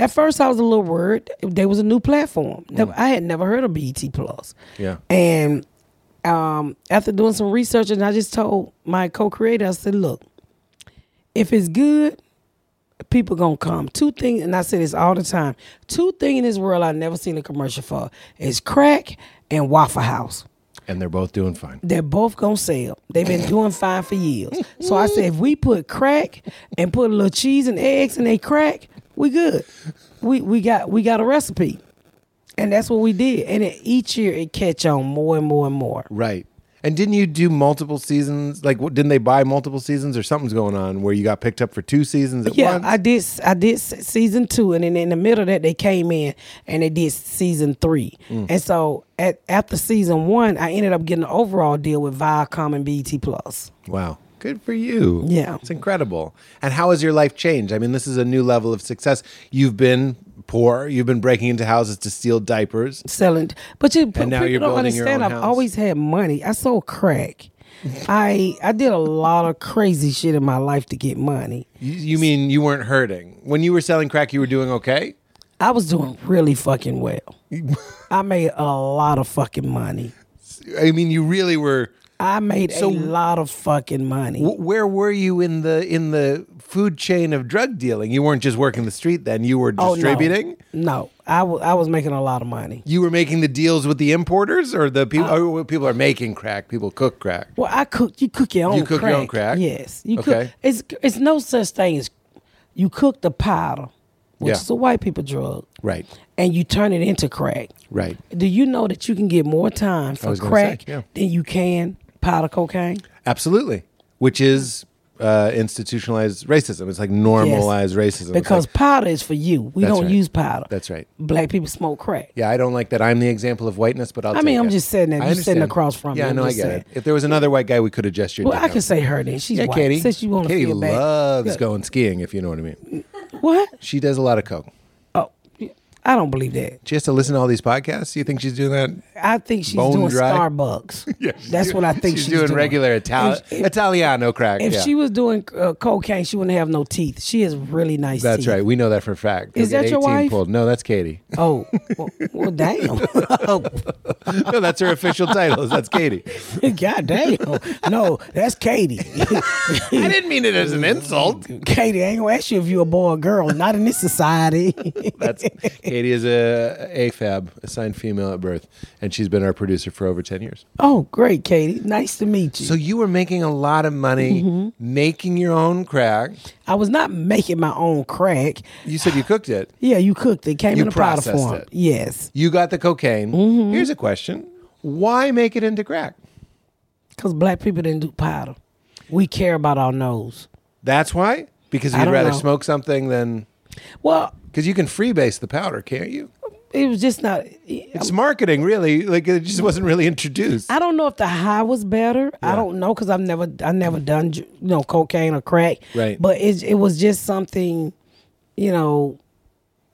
S2: At first, I was a little worried. There was a new platform. I had never heard of BET Plus.
S1: Yeah.
S2: And um, after doing some research, and I just told my co-creator, I said, "Look, if it's good, people gonna come. Two things, and I say this all the time. Two things in this world I never seen a commercial for is crack and Waffle House."
S1: And they're both doing fine.
S2: They're both gonna sell. They've been doing fine for years. So I said, if we put crack and put a little cheese and eggs in they crack, we good. We we got we got a recipe, and that's what we did. And it, each year it catch on more and more and more.
S1: Right. And didn't you do multiple seasons? Like, what, didn't they buy multiple seasons or something's going on where you got picked up for two seasons at
S2: Yeah,
S1: once?
S2: I did. I did se- season two, and then in the middle of that, they came in and they did season three. And so, at after season one, I ended up getting an overall deal with Viacom and BT Plus.
S1: Wow. Good for you.
S2: Yeah.
S1: It's incredible. And how has your life changed? I mean, this is a new level of success. You've been poor, you've been breaking into houses to steal diapers.
S2: selling. But you,
S1: now
S2: people
S1: you're
S2: don't
S1: building your
S2: understand.
S1: own
S2: I've
S1: house.
S2: always had money. I sold crack. I I did a lot of crazy shit in my life to get money.
S1: You, you mean you weren't hurting? When you were selling crack, you were doing okay?
S2: I was doing really fucking well. I made a lot of fucking money.
S1: I mean, you really were.
S2: I made
S1: So-
S2: a lot of fucking money.
S1: wh- Where were you in the in the food chain of drug dealing? You weren't just working the street then. You were
S2: Oh, no.
S1: distributing.
S2: No, I wa- I was making a lot of money.
S1: You were making the deals with the importers or the people.
S2: Uh.
S1: or people are making crack. People cook crack.
S2: Well, I cook. You cook your own.
S1: You cook your own crack?
S2: Yes, you cook.
S1: Okay.
S2: It's it's no such thing as you cook the powder, which
S1: Yeah.
S2: is a white people drug,
S1: Right.
S2: and you turn it into crack.
S1: Right.
S2: Do you know that you can get more time for
S1: was gonna
S2: crack
S1: say, yeah.
S2: than you can powder cocaine?
S1: Absolutely. Which is uh, institutionalized racism. It's like normalized racism. It's
S2: Because
S1: like,
S2: powder is for you. We
S1: That's
S2: don't
S1: right.
S2: use powder.
S1: That's right.
S2: Black people smoke crack.
S1: yeah, I don't like that I'm the example of whiteness, but I'll.
S2: I mean,
S1: take
S2: I'm
S1: it.
S2: just saying that.
S1: I
S2: You're sitting
S1: understand.
S2: across from me.
S1: Yeah,
S2: I'm
S1: no, I
S2: just
S1: get
S2: saying.
S1: it. If there was another white guy, we could have just your.
S2: Well,
S1: dick
S2: I
S1: out.
S2: can say her then. She's
S1: Yeah,
S2: white.
S1: Katie.
S2: Since you want to
S1: Katie
S2: feel bad.
S1: loves
S2: Yeah.
S1: going skiing, if you know what I mean.
S2: What?
S1: She does a lot of coke.
S2: Oh, I don't believe that.
S1: She has to listen to all these podcasts. You think she's doing that?
S2: I think she's
S1: Bone
S2: doing
S1: dry.
S2: Starbucks.
S1: Yeah, she's
S2: That's
S1: doing-
S2: what I think she's,
S1: doing. regular Italian
S2: If- if-
S1: Italiano crack.
S2: If
S1: yeah.
S2: she was doing uh, cocaine, she wouldn't have no teeth. She has really nice
S1: that's
S2: teeth.
S1: right. We know that for a fact.
S2: Is
S1: You'll get
S2: that your
S1: 18
S2: wife?
S1: Pulled. No, that's Katie.
S2: Oh, well, well damn.
S1: no, that's her official title. That's Katie.
S2: God damn. No, that's Katie.
S1: I didn't mean it as an insult.
S2: Katie, I ain't gonna ask you if you a boy or girl. Not in this society.
S1: That's Katie is a AFAB, assigned female at birth, and she's been our producer for over ten years.
S2: oh, great, Katie. Nice to meet you.
S1: So you were making a lot of money
S2: Mm-hmm.
S1: making your own crack.
S2: I was not making my own crack.
S1: You said you cooked it.
S2: Yeah, you cooked it. Came
S1: You
S2: in a powder
S1: processed
S2: form.
S1: it.
S2: Yes,
S1: You got the cocaine.
S2: Mm-hmm.
S1: Here's a question: Why make it into crack?
S2: because black people didn't do powder. We care about our nose.
S1: That's why. Because
S2: I
S1: you'd
S2: don't
S1: rather
S2: know.
S1: smoke something than
S2: Well,
S1: because you can freebase the powder, can't you?
S2: it was just not.
S1: It's marketing, really. Like it just wasn't really introduced.
S2: I don't know if the high was better. I don't know because I've never I never done you know cocaine or crack.
S1: Right.
S2: But it it was just something, you know,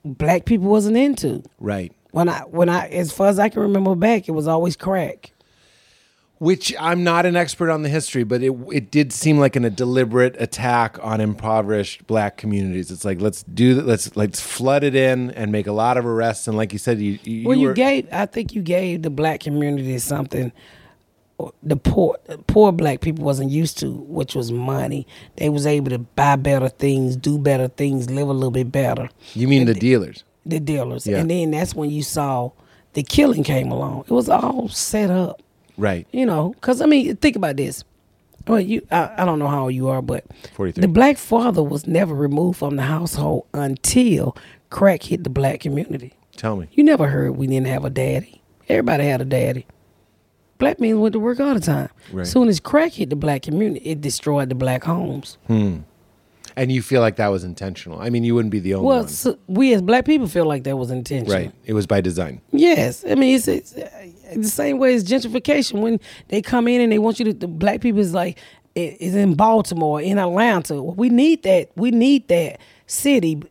S2: black people wasn't into.
S1: Right.
S2: When I when I as far as I can remember back, it was always crack.
S1: Which I'm not an expert on the history, but it it did seem like an, a deliberate attack on impoverished black communities. It's like let's do th- let's let's flood it in and make a lot of arrests. And like you said, you you,
S2: Well, you,
S1: were-
S2: gave I think you gave the black community something the poor poor black people wasn't used to, which was money. They was able to buy better things, do better things, live a little bit better.
S1: you mean the dealers,
S2: the dealers.
S1: Yeah.
S2: And then that's when you saw the killing came along. It was all set up,
S1: right?
S2: you know. Because I mean, think about this. Well, you, I, I don't know how old you are, but
S1: 43.
S2: the black father was never removed from the household until crack hit the black community.
S1: Tell me,
S2: You never heard we didn't have a daddy. Everybody had a daddy. Black men went to work all the time.
S1: Right.
S2: Soon as crack hit the black community, it destroyed the black homes.
S1: Hmm. and you feel like that was intentional? I mean, you wouldn't be the only
S2: Well,
S1: one,
S2: so we as black people feel like that was intentional.
S1: right? It was by design.
S2: Yes, I mean it's, it's uh, the same way as gentrification when they come in and they want you to. The black people is like it is in Baltimore, in Atlanta. We need that. We need that city,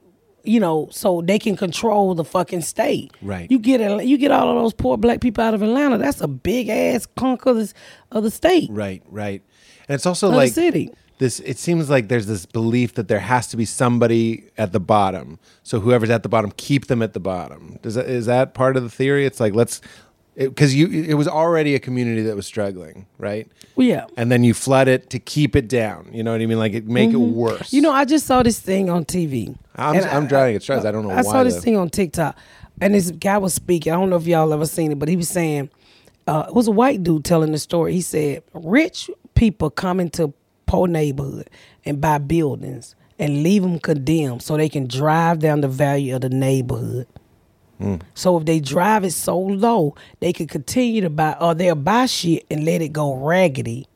S2: you know, so they can control the fucking state.
S1: Right.
S2: You get Atl- you get all of those poor black people out of Atlanta. That's a big ass conquer of the state,
S1: Right, right. And it's also
S2: of
S1: like
S2: the city.
S1: this it seems like there's this belief that there has to be somebody at the bottom. So whoever's at the bottom, keep them at the bottom. Does that, is that part of the theory? It's like let's because you it was already a community that was struggling, right?
S2: Well, yeah.
S1: And then you flood it to keep it down. You know what I mean? Like it make it worse.
S2: Mm-hmm. You know, I just saw this thing on TV.
S1: I'm,
S2: And I-
S1: I'm drowning at straws. I don't know
S2: I
S1: why.
S2: saw this
S1: the-
S2: thing on TikTok, and this guy was speaking. I don't know if y'all ever seen it, but he was saying uh, it was a white dude telling the story. He said rich people come into poor neighborhood and buy buildings and leave them condemned so they can drive down the value of the neighborhood.
S1: Hmm.
S2: So if they drive it so low, they could continue to buy or they'll buy shit and let it go raggedy.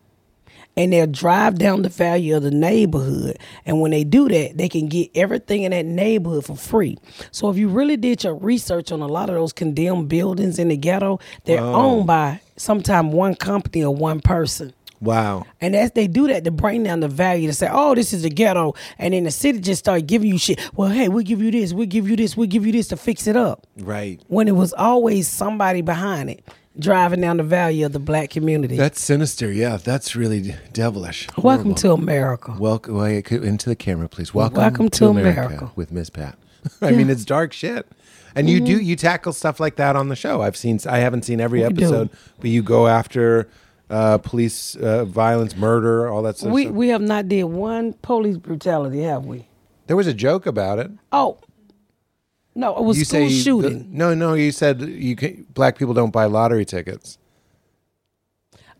S2: And they'll drive down the value of the neighborhood. And when they do that, they can get everything in that neighborhood for free. So if you really did your research on a lot of those condemned buildings in the ghetto, they're owned by sometime one company or one person.
S1: Wow.
S2: And as they do that, to bring down the value to say, oh, this is the ghetto. And then the city just start giving you shit. Well, hey, we'll give you this, we'll give you this, we'll give you this to fix it up
S1: Right.
S2: when it was always somebody behind it driving down the value of the black community.
S1: That's sinister. Yeah, that's really d- devilish.
S2: Welcome to America.
S1: Welcome wait, could- into the camera, please. Welcome,
S2: Welcome
S1: to,
S2: to
S1: America,
S2: America.
S1: with Miss Pat. I mean, it's dark shit, and you
S2: Mm-hmm.
S1: do you tackle stuff like that on the show. I've seen. I haven't seen every
S2: do.
S1: episode, but you go after uh, police uh, violence, murder, all that sort
S2: We
S1: of stuff.
S2: we have not did one police brutality, have we?
S1: There was a joke about it.
S2: Oh, no, it was
S1: you say
S2: school shooting.
S1: no, no. You said you can, black people don't buy lottery tickets.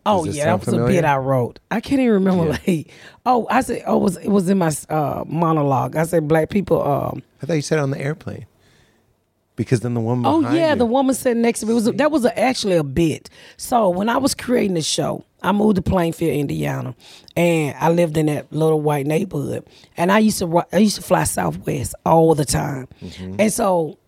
S2: oh
S1: does this
S2: yeah, that
S1: sound
S2: was a
S1: familiar?
S2: bit I wrote. I can't even remember. Like, oh, I said, oh, it was it was in my uh, monologue. I said black people. Um,
S1: I thought you said on the airplane, because then the woman.
S2: Oh
S1: behind
S2: yeah,
S1: you-
S2: the woman sitting next to me was a, that was a, actually a bit. So when I was creating the show, I moved to Plainfield, Indiana, and I lived in that little white neighborhood. And I used to ri- I used to fly Southwest all the time,
S1: Mm-hmm.
S2: and so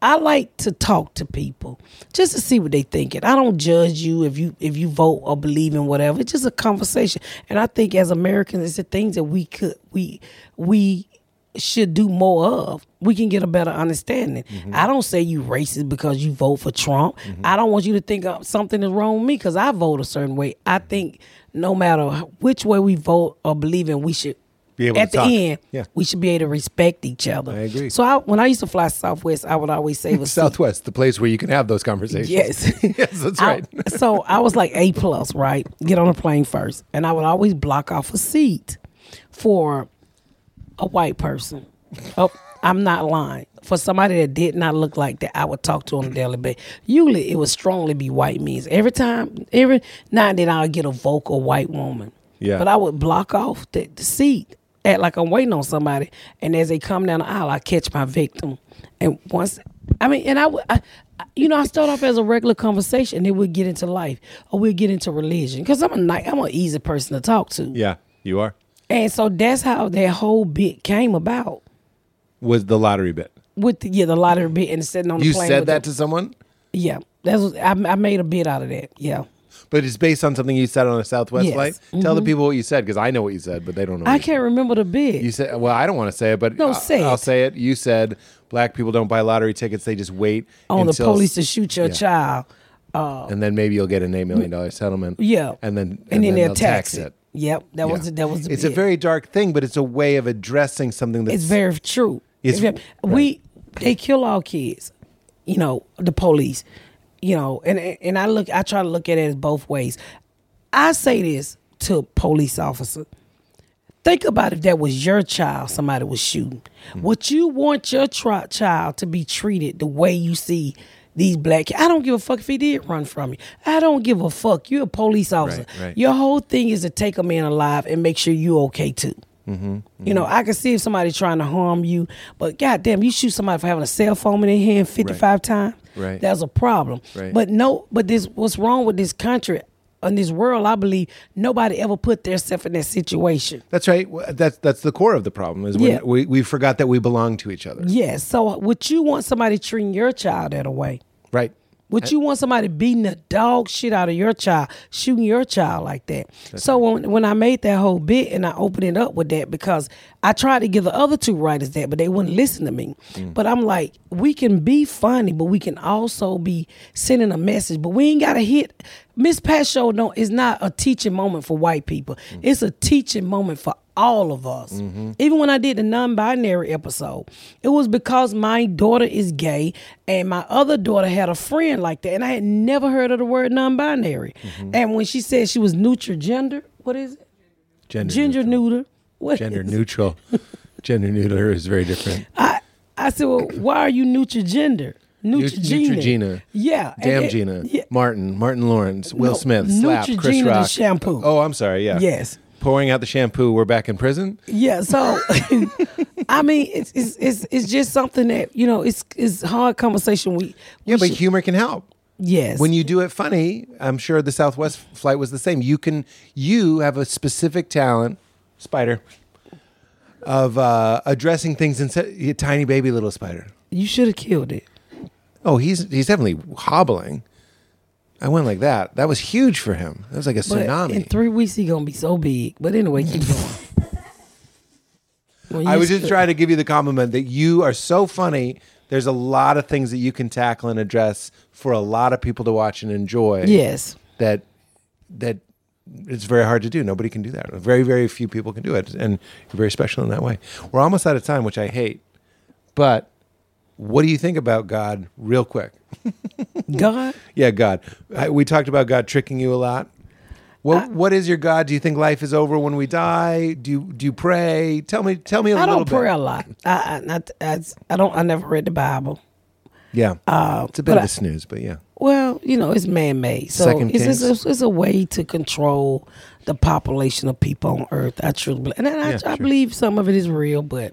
S2: I like to talk to people just to see what they thinking. I don't judge you if you if you vote or believe in whatever. It's just a conversation, and I think as Americans, it's the things that we could we we should do more of. We can get a better understanding.
S1: Mm-hmm.
S2: I don't say you racist because you vote for Trump. I don't want you to think uh, something is wrong with me because I vote a certain way. I
S1: Mm-hmm.
S2: think no matter which way we vote or believe in, we should
S1: Be able
S2: at
S1: to
S2: the
S1: talk.
S2: end.
S1: Yeah.
S2: we should be able to respect each other.
S1: I agree.
S2: So I, when I used to fly Southwest, I would always say it was
S1: Southwest, the place where you can have those conversations.
S2: Yes.
S1: yes, that's right.
S2: I- so I was like A plus, right? Get on a plane first, and I would always block off a seat for a white person. Oh, I'm not lying. For somebody that did not look like that, I would talk to on a daily basis. Usually, it would strongly be white men. Every time, every now and then, I'll get a vocal white woman.
S1: Yeah.
S2: But I would block off the, the seat, act like I'm waiting on somebody. And as they come down the aisle, I catch my victim. And once, I mean, and I, would- I I- you know, I start off as a regular conversation. Then we'll get into life or we'll get into religion. Because I'm a night, I'm an easy person to talk to.
S1: yeah, you are.
S2: And so that's how that whole bit came about
S1: Was the lottery bit?
S2: with the, yeah, the lottery bit and sitting on
S1: You
S2: the plane.
S1: said
S2: with
S1: that
S2: the-
S1: to someone,
S2: yeah, that's what, I, I made a bit out of that. Yeah,
S1: but it's based on something you said on a Southwest
S2: Yes. Mm-hmm.
S1: flight. Tell the people what you said because I know what you said, but they don't know. what
S2: I
S1: you said.
S2: can't remember the bit.
S1: You said, well, I don't want to say it, but
S2: No,
S1: I-
S2: say
S1: I'll
S2: it.
S1: say it. You said black people don't buy lottery tickets; they just wait
S2: on Oh, the
S1: until-
S2: police to shoot your
S1: yeah.
S2: child. uh,
S1: and then maybe you'll get an eight million dollar settlement.
S2: Yeah,
S1: and then and,
S2: and, then, they'll
S1: tax
S2: tax
S1: it.
S2: Yep, that
S1: Yeah.
S2: was that was. The
S1: It's a
S2: bit.
S1: very dark thing, but it's a way of addressing something that's
S2: It's very true.
S1: It's-
S2: It's very- we they kill all kids, you know, the police, you know, and and I look I try to look at it as both ways. I say this to a police officer. Think about if that was your child somebody was shooting.
S1: Mm.
S2: Would you want your tri- child to be treated the way you see these black ki- I don't give a fuck if he did run from you. I don't give a fuck. You're a police officer.
S1: Right, right.
S2: Your whole thing is to take a man alive and make sure you okay too. You know, I can see if somebody trying to harm you, but goddamn, you shoot somebody for having a cell phone in their hand fifty five times.
S1: Right.
S2: that's a problem.
S1: Right.
S2: But no, but this what's wrong with this country, in this world? I believe nobody ever put themselves in that situation.
S1: That's right. Well, That's that's the core of the problem is when
S2: Yeah.
S1: we, we forgot that we belong to each other.
S2: Yes. So would you want somebody treating your child that way?
S1: Right.
S2: Would you want somebody beating the dog shit out of your child, shooting your child like that? So when when I made that whole bit and I opened it up with that because I tried to give the other two writers that, but they wouldn't listen to me. But I'm like, we can be funny, but we can also be sending a message. But we ain't gotta hit Miss Pat Show don't is not a teaching moment for white people. It's a teaching moment for all of us.
S1: Mm-hmm.
S2: Even when I did the non-binary episode, it was because my daughter is gay and my other daughter had a friend like that, and I had never heard of the word non-binary.
S1: Mm-hmm.
S2: And when she said she was neutral gender, what is it?
S1: Gender,
S2: Gender neuter. What
S1: gender
S2: is it?
S1: neutral. gender neutral is very different.
S2: I I said, well, why are you neutral gender? Neutrogena.
S1: Neutrogena.
S2: Yeah. and
S1: Damn
S2: it-
S1: Gina,
S2: yeah.
S1: Martin, Martin Lawrence, Will
S2: No,
S1: Smith, Slap, Chris
S2: Neutrogena, the
S1: Rock.
S2: shampoo.
S1: Oh, I'm sorry. Yeah.
S2: Yes.
S1: Pouring out the shampoo. We're back in prison.
S2: Yeah, so I mean, it's, it's it's it's just something that you know, it's it's hard conversation. We, we
S1: Yeah, but
S2: should-
S1: humor can help.
S2: yes,
S1: When you do it funny, I'm sure the Southwest flight was the same. You can you have a specific talent, spider, of uh, addressing things in se- tiny baby little spider.
S2: you should have killed it.
S1: Oh, he's he's definitely hobbling. I went like that. That was huge for him. That was like a
S2: But
S1: tsunami.
S2: in three weeks, he gonna be so big. But anyway, keep going. When
S1: I
S2: you
S1: was just
S2: stood-
S1: trying to give you the compliment that you are so funny. There's a lot of things that you can tackle and address for a lot of people to watch and enjoy.
S2: Yes,
S1: That that it's very hard to do. Nobody can do that. Very, very few people can do it. And you're very special in that way. We're almost out of time, which I hate. But what do you think about God real quick?
S2: God.
S1: Yeah, God. I, we talked about God tricking you a lot. What
S2: Uh,
S1: what is your God? Do you think life is over when we die? Do you do you pray? Tell me tell me a
S2: I
S1: little
S2: don't
S1: bit.
S2: pray a lot. I, I, I, I, I don't. I never read the Bible.
S1: Yeah. it's a bit
S2: Uh,
S1: of
S2: but
S1: a
S2: I-
S1: snooze, but yeah.
S2: Well, you know, it's man made. So
S1: Second
S2: it's, it's,
S1: Kings.
S2: it's, a way to control the population of people on earth. I truly believe. And I,
S1: Yeah,
S2: I
S1: sure.
S2: believe some of it is real, but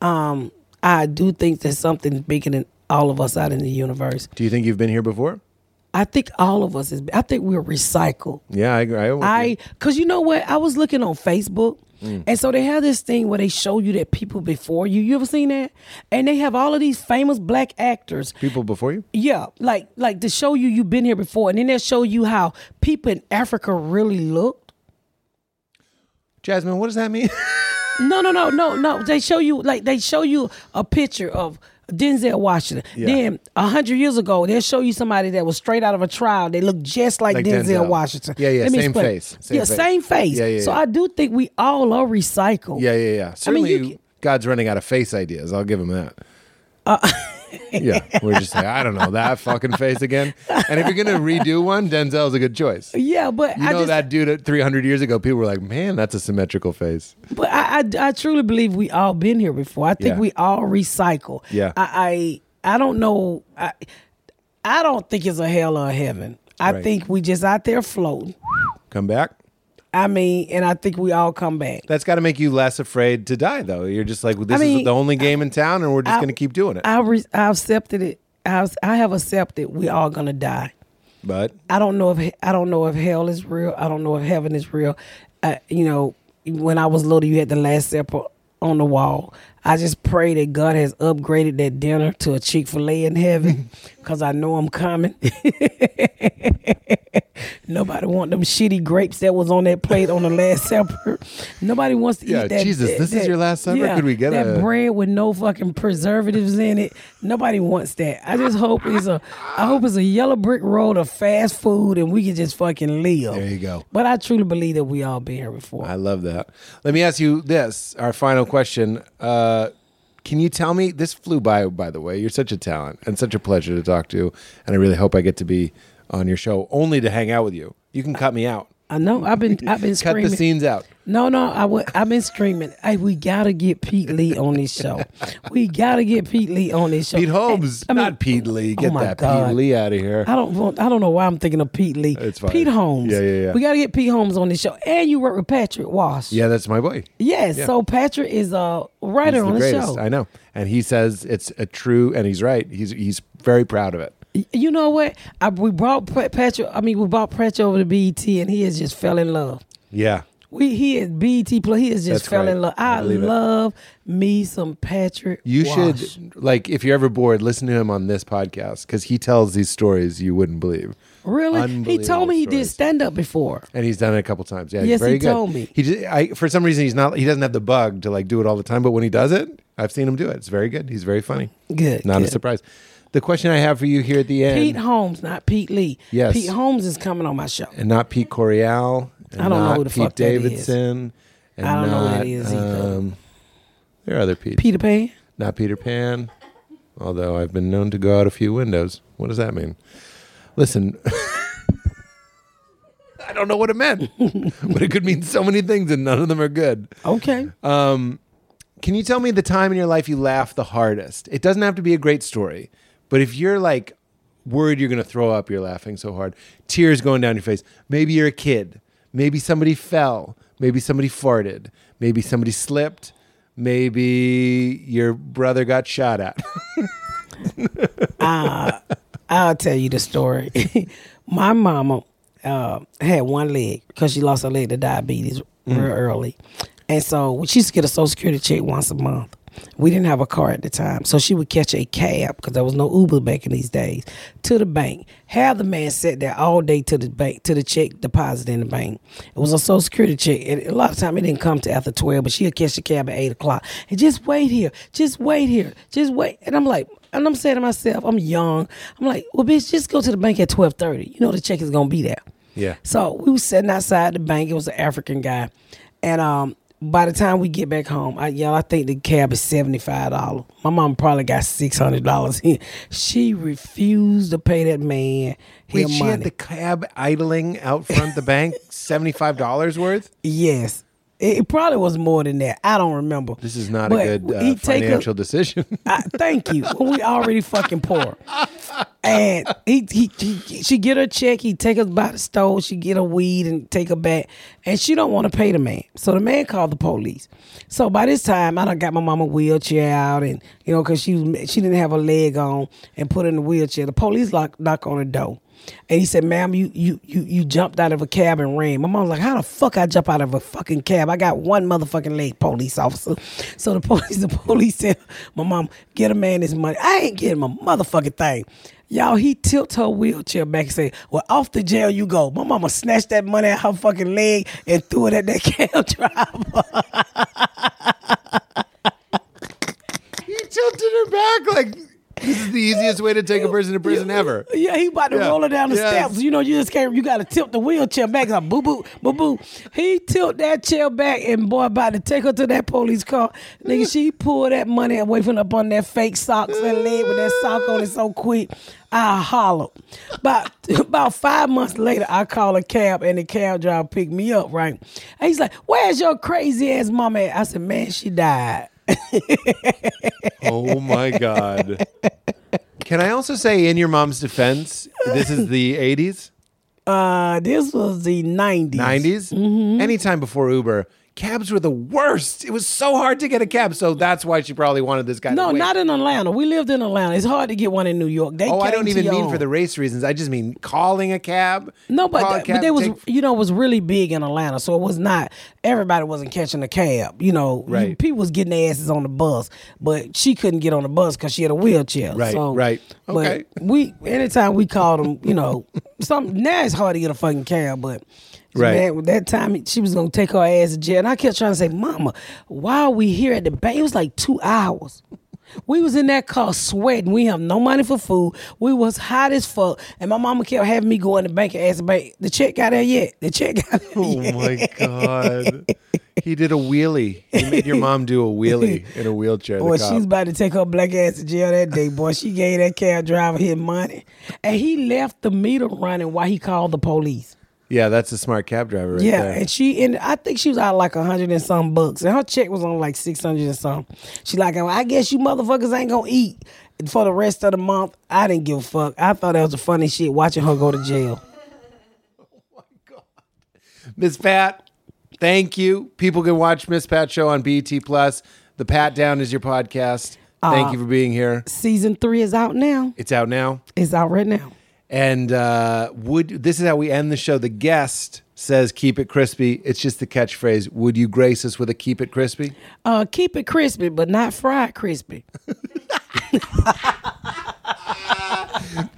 S2: um, I do think there's something bigger than all of us out in the universe.
S1: Do you think you've been here before?
S2: I think all of us is, I think we're recycled.
S1: Yeah, I agree. I,
S2: I because you know what I was looking on Facebook, and so they have this thing where they show you that people before you. You ever seen that? And they have all of these famous black actors.
S1: people before you?
S2: Yeah, like like to show you you've been here before, and then they'll show you how people in Africa really looked.
S1: Jasmine, what does that mean?
S2: No, no, no, no, no. They show you like they show you a picture of Denzel Washington. Then a hundred years ago, they'll show you somebody that was straight out of a trial. They look just like,
S1: Like
S2: Denzel,
S1: Denzel.
S2: Washington.
S1: Yeah, yeah,
S2: Let me
S1: same
S2: explain.
S1: face, same
S2: yeah,
S1: face.
S2: same face.
S1: Yeah, yeah,
S2: so
S1: yeah.
S2: I do think we all are recycled.
S1: yeah, yeah, yeah. Certainly
S2: I mean, you,
S1: God's running out of face ideas. I'll give him that.
S2: Uh,
S1: yeah, we're just like, I don't know that fucking face again. And if you're gonna redo one, Denzel's a good choice.
S2: can- yeah, but
S1: You
S2: I
S1: know
S2: just,
S1: that dude at 300 years ago, people were like, "Man, that's a symmetrical face."
S2: But I, I, I truly believe we all been here before. I think
S1: Yeah.
S2: we all recycle.
S1: Yeah.
S2: I, I, I don't know. I, I don't think it's a hell or a heaven. I
S1: Right.
S2: think we just out there floating.
S1: Come back.
S2: I mean, and I think we all come back.
S1: That's got to make you less afraid to die, though. You're just like, well, "This is
S2: mean,
S1: the only game in town, and we're just
S2: I-
S1: gonna keep doing it."
S2: I, re, I accepted it. I, I have accepted we all gonna die.
S1: but
S2: I don't know if I don't know if hell is real. I don't know if heaven is real. Uh, you know, when I was little, you had the Last Supper on the wall. I just pray that God has upgraded that dinner to a Chick Fil A in heaven, cause I know I'm coming. Nobody want them shitty grapes that was on that plate on the Last Supper. Nobody wants to
S1: Yeah,
S2: eat that.
S1: Jesus,
S2: that-
S1: this is
S2: that-
S1: your Last Supper?
S2: yeah,
S1: Could we get
S2: that
S1: a-
S2: bread with no fucking preservatives in it. Nobody wants that. I just hope it's a I hope it's a yellow brick road of fast food and we can just fucking live.
S1: There you go.
S2: But I truly believe that we all been here before.
S1: I love that. Let me ask you this, our final question. Uh, can you tell me this flew by by the way. You're such a talent and such a pleasure to talk to and I really hope I get to be on your show only to hang out with you. You can cut me out.
S2: I know I've been I've been
S1: Cut
S2: screaming.
S1: the scenes out.
S2: No, no, I would. I've been screaming. Hey, we gotta get Pete Lee on this show. We gotta get Pete Lee on this show.
S1: Pete Holmes,
S2: I mean-
S1: not Pete Lee.
S2: Oh
S1: Get
S2: my
S1: that
S2: God.
S1: Pete Lee out of here.
S2: I don't want. I don't know why I'm thinking of Pete Lee.
S1: It's fine.
S2: Pete Holmes.
S1: Yeah, yeah, yeah.
S2: We gotta get Pete Holmes on this show. And you work with Patrick Walsh.
S1: Yeah, that's my boy.
S2: Yes. So Patrick is a writer
S1: He's
S2: on
S1: the
S2: the
S1: greatest.
S2: show.
S1: I know. And he says it's a true and he's right. He's he's very proud of it.
S2: Y- You know what? E I, we brought Pa- Patrick. I mean, we brought Patrick over to BET, and he has just fell in love.
S1: Yeah.
S2: We he is BT plus. He is just
S1: That's
S2: fell
S1: right.
S2: in love.
S1: I
S2: I,
S1: believe it.
S2: love me some Patrick.
S1: You
S2: Walsh.
S1: should like if you're ever bored, listen to him on this podcast because he tells these stories you wouldn't believe,
S2: really. He told me he
S1: unbelievable
S2: did stand up before.
S1: and he's done it a couple times. Yeah, he's
S2: Yes,
S1: very
S2: he
S1: good.
S2: told me.
S1: He just, I, for some reason he's not he doesn't have the bug to like do it all the time, but when he does it, I've seen him do it. It's very good. He's very funny.
S2: Good,
S1: not a
S2: good.
S1: surprise. The question I have for you here at the end,
S2: Pete Holmes, not Pete Lee.
S1: Yes.
S2: Pete Holmes is coming on my show.
S1: and not Pete Coriel, and
S2: I don't know
S1: not
S2: who the
S1: Pete
S2: fuck that is.
S1: Davidson, and
S2: I don't know
S1: not,
S2: who that is either.
S1: Um, there are other Pete,
S2: Peter Pan.
S1: not Peter Pan. Although I've been known to go out a few windows. What does that mean? Listen, I don't know what it meant, but it could mean so many things, and none of them are good.
S2: Okay.
S1: Can you tell me the time in your life you laughed the hardest? It doesn't have to be a great story, but if you're like worried you're going to throw up, you're laughing so hard, tears going down your face. Maybe you're a kid. Maybe somebody fell. Maybe somebody farted. Maybe somebody slipped. Maybe your brother got shot at.
S2: I'll tell you the story. My mama uh, had one leg because she lost her leg to diabetes real early. And so she used to get a social security check once a month. We didn't have a car at the time. So she would catch a cab because there was no Uber back in these days to the bank. Have the man sat there all day to the bank, to the check deposit in the bank. It was a social security check. And a lot of time it didn't come to after 12, but she'd catch the cab at 8 o'clock. And just wait here. Just wait here. Just wait. And I'm like, and I'm saying to myself, I'm young. I'm like, well, bitch, just go to the bank at twelve thirty. You know the check is gonna be there.
S1: Yeah.
S2: So we was sitting outside the bank. It was an African guy, and um, by the time we get back home, I y'all, I think the cab is seventy five dollars. My mom probably got six hundred dollars in. She refused to pay that man his
S1: Wait, she
S2: money.
S1: had the cab idling out front the bank, $75 worth?
S2: yes. It it probably was more than that. I don't remember.
S1: This is not
S2: But
S1: a good
S2: he
S1: uh,
S2: take her-
S1: financial decision.
S2: I, thank you. When we already fucking poor. And he, he, he- she get her check. He take her by the stove. She get her weed and take her back. And she don't want to pay the man. So the man called the police. So by this time, I done got my mama wheelchair out, and you know, cause she was she didn't have her leg on, and put her in the wheelchair. The police lock knock on the door, and he said, "Ma'am, you you you you jumped out of a cab and ran." My mom's like, "How the fuck I jump out of a fucking cab? I got one motherfucking leg, police officer." So the police the police said, "My mom, get a man his money. I ain't getting my motherfucking thing." Y'all, he tilt her wheelchair back and say, Well, off the jail you go. My mama snatched that money out her fucking leg and threw it at that cab driver.
S1: he tilted her back like this is the easiest way to take a person to prison ever.
S2: yeah, he about to
S1: Yeah.
S2: roll her down the
S1: Yes.
S2: steps. You know, you just can't, you got to tilt the wheelchair back. Like, boo, boo, boo, boo. He tilt that chair back and boy, about to take her to that police car. Nigga, she pulled that money away from up on that fake socks and leg with that sock on it so quick. I hollered. About, about five months later, I call a cab and the cab driver picked me up, right? And he's like, Where's your crazy ass mama at? I said, Man, she died.
S1: Oh my god. Can I also say in your mom's defense, this is the 80s,
S2: Uh, this was the 90s.
S1: 90s,
S2: Mm-hmm.
S1: anytime before Uber, cabs were the worst. It was so hard to get a cab, so that's why she probably wanted this guy
S2: No,
S1: to wait.
S2: not in Atlanta. We lived in Atlanta. It's hard to get one in New York. They
S1: Oh, I
S2: came
S1: don't
S2: to
S1: even
S2: your
S1: mean
S2: own.
S1: for the race reasons. I just mean calling a cab.
S2: no, but,
S1: call a
S2: th- but
S1: cab,
S2: they was
S1: take-
S2: you know it was really big in Atlanta, so it was not everybody wasn't catching a cab. You know, You-
S1: Right.
S2: people was getting their asses on the bus, but she couldn't get on the bus because she had a wheelchair.
S1: Right,
S2: so,
S1: right.
S2: but
S1: Okay.
S2: we anytime we called them, you know, some now it's hard to get a fucking cab, but.
S1: Right.
S2: man, with that time she was gonna take her ass to jail, and I kept trying to say, "Mama, why are we here at the bank?" It was like two hours. We was in that car sweating. We have no money for food. We was hot as fuck, and my mama kept having me go in the bank and ask the bank, "The check got there yet? The check got there
S1: Oh
S2: yet?"
S1: my god. He did a wheelie. He made your mom do a wheelie in a wheelchair. the
S2: Boy,
S1: cop.
S2: she's about to take her black ass to jail that day. Boy, she gave that cab driver his money, and he left the meter running while he called the police.
S1: Yeah, that's a smart cab driver right
S2: Yeah,
S1: there.
S2: and she and I think she was out like a hundred and some bucks, and her check was on like six hundred and something. She like, "Oh, I guess you motherfuckers ain't gonna eat for the rest of the month. I didn't give a fuck. I thought that was the funny shit watching her go to jail.
S1: Miss Pat, thank you. People can watch Miss Pat show on BET Plus. The Pat Down is your podcast. Thank you for being here.
S2: Season three is out now.
S1: It's out now.
S2: It's out right now.
S1: And uh, would this is how we end the show? The guest says, "Keep it crispy." It's just the catchphrase. Would you grace us with a "Keep it crispy"?
S2: Uh, keep it crispy, but not fried crispy.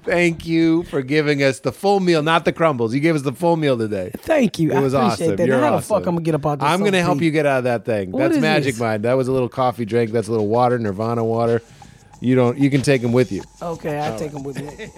S1: Thank you for giving us the full meal, not the crumbles. You gave us the full meal today.
S2: Thank you.
S1: It was
S2: I appreciate
S1: awesome.
S2: that.
S1: You're
S2: Now, how
S1: awesome.
S2: the fuck I'm gonna get up out this?
S1: I'm gonna
S2: soap
S1: help
S2: pea?
S1: you get out of that thing.
S2: What
S1: That's
S2: is
S1: magic
S2: this?
S1: mind. That was a little coffee drink. That's a little water, Nirvana water. You don't. You can take them with you.
S2: Okay, I take them with me.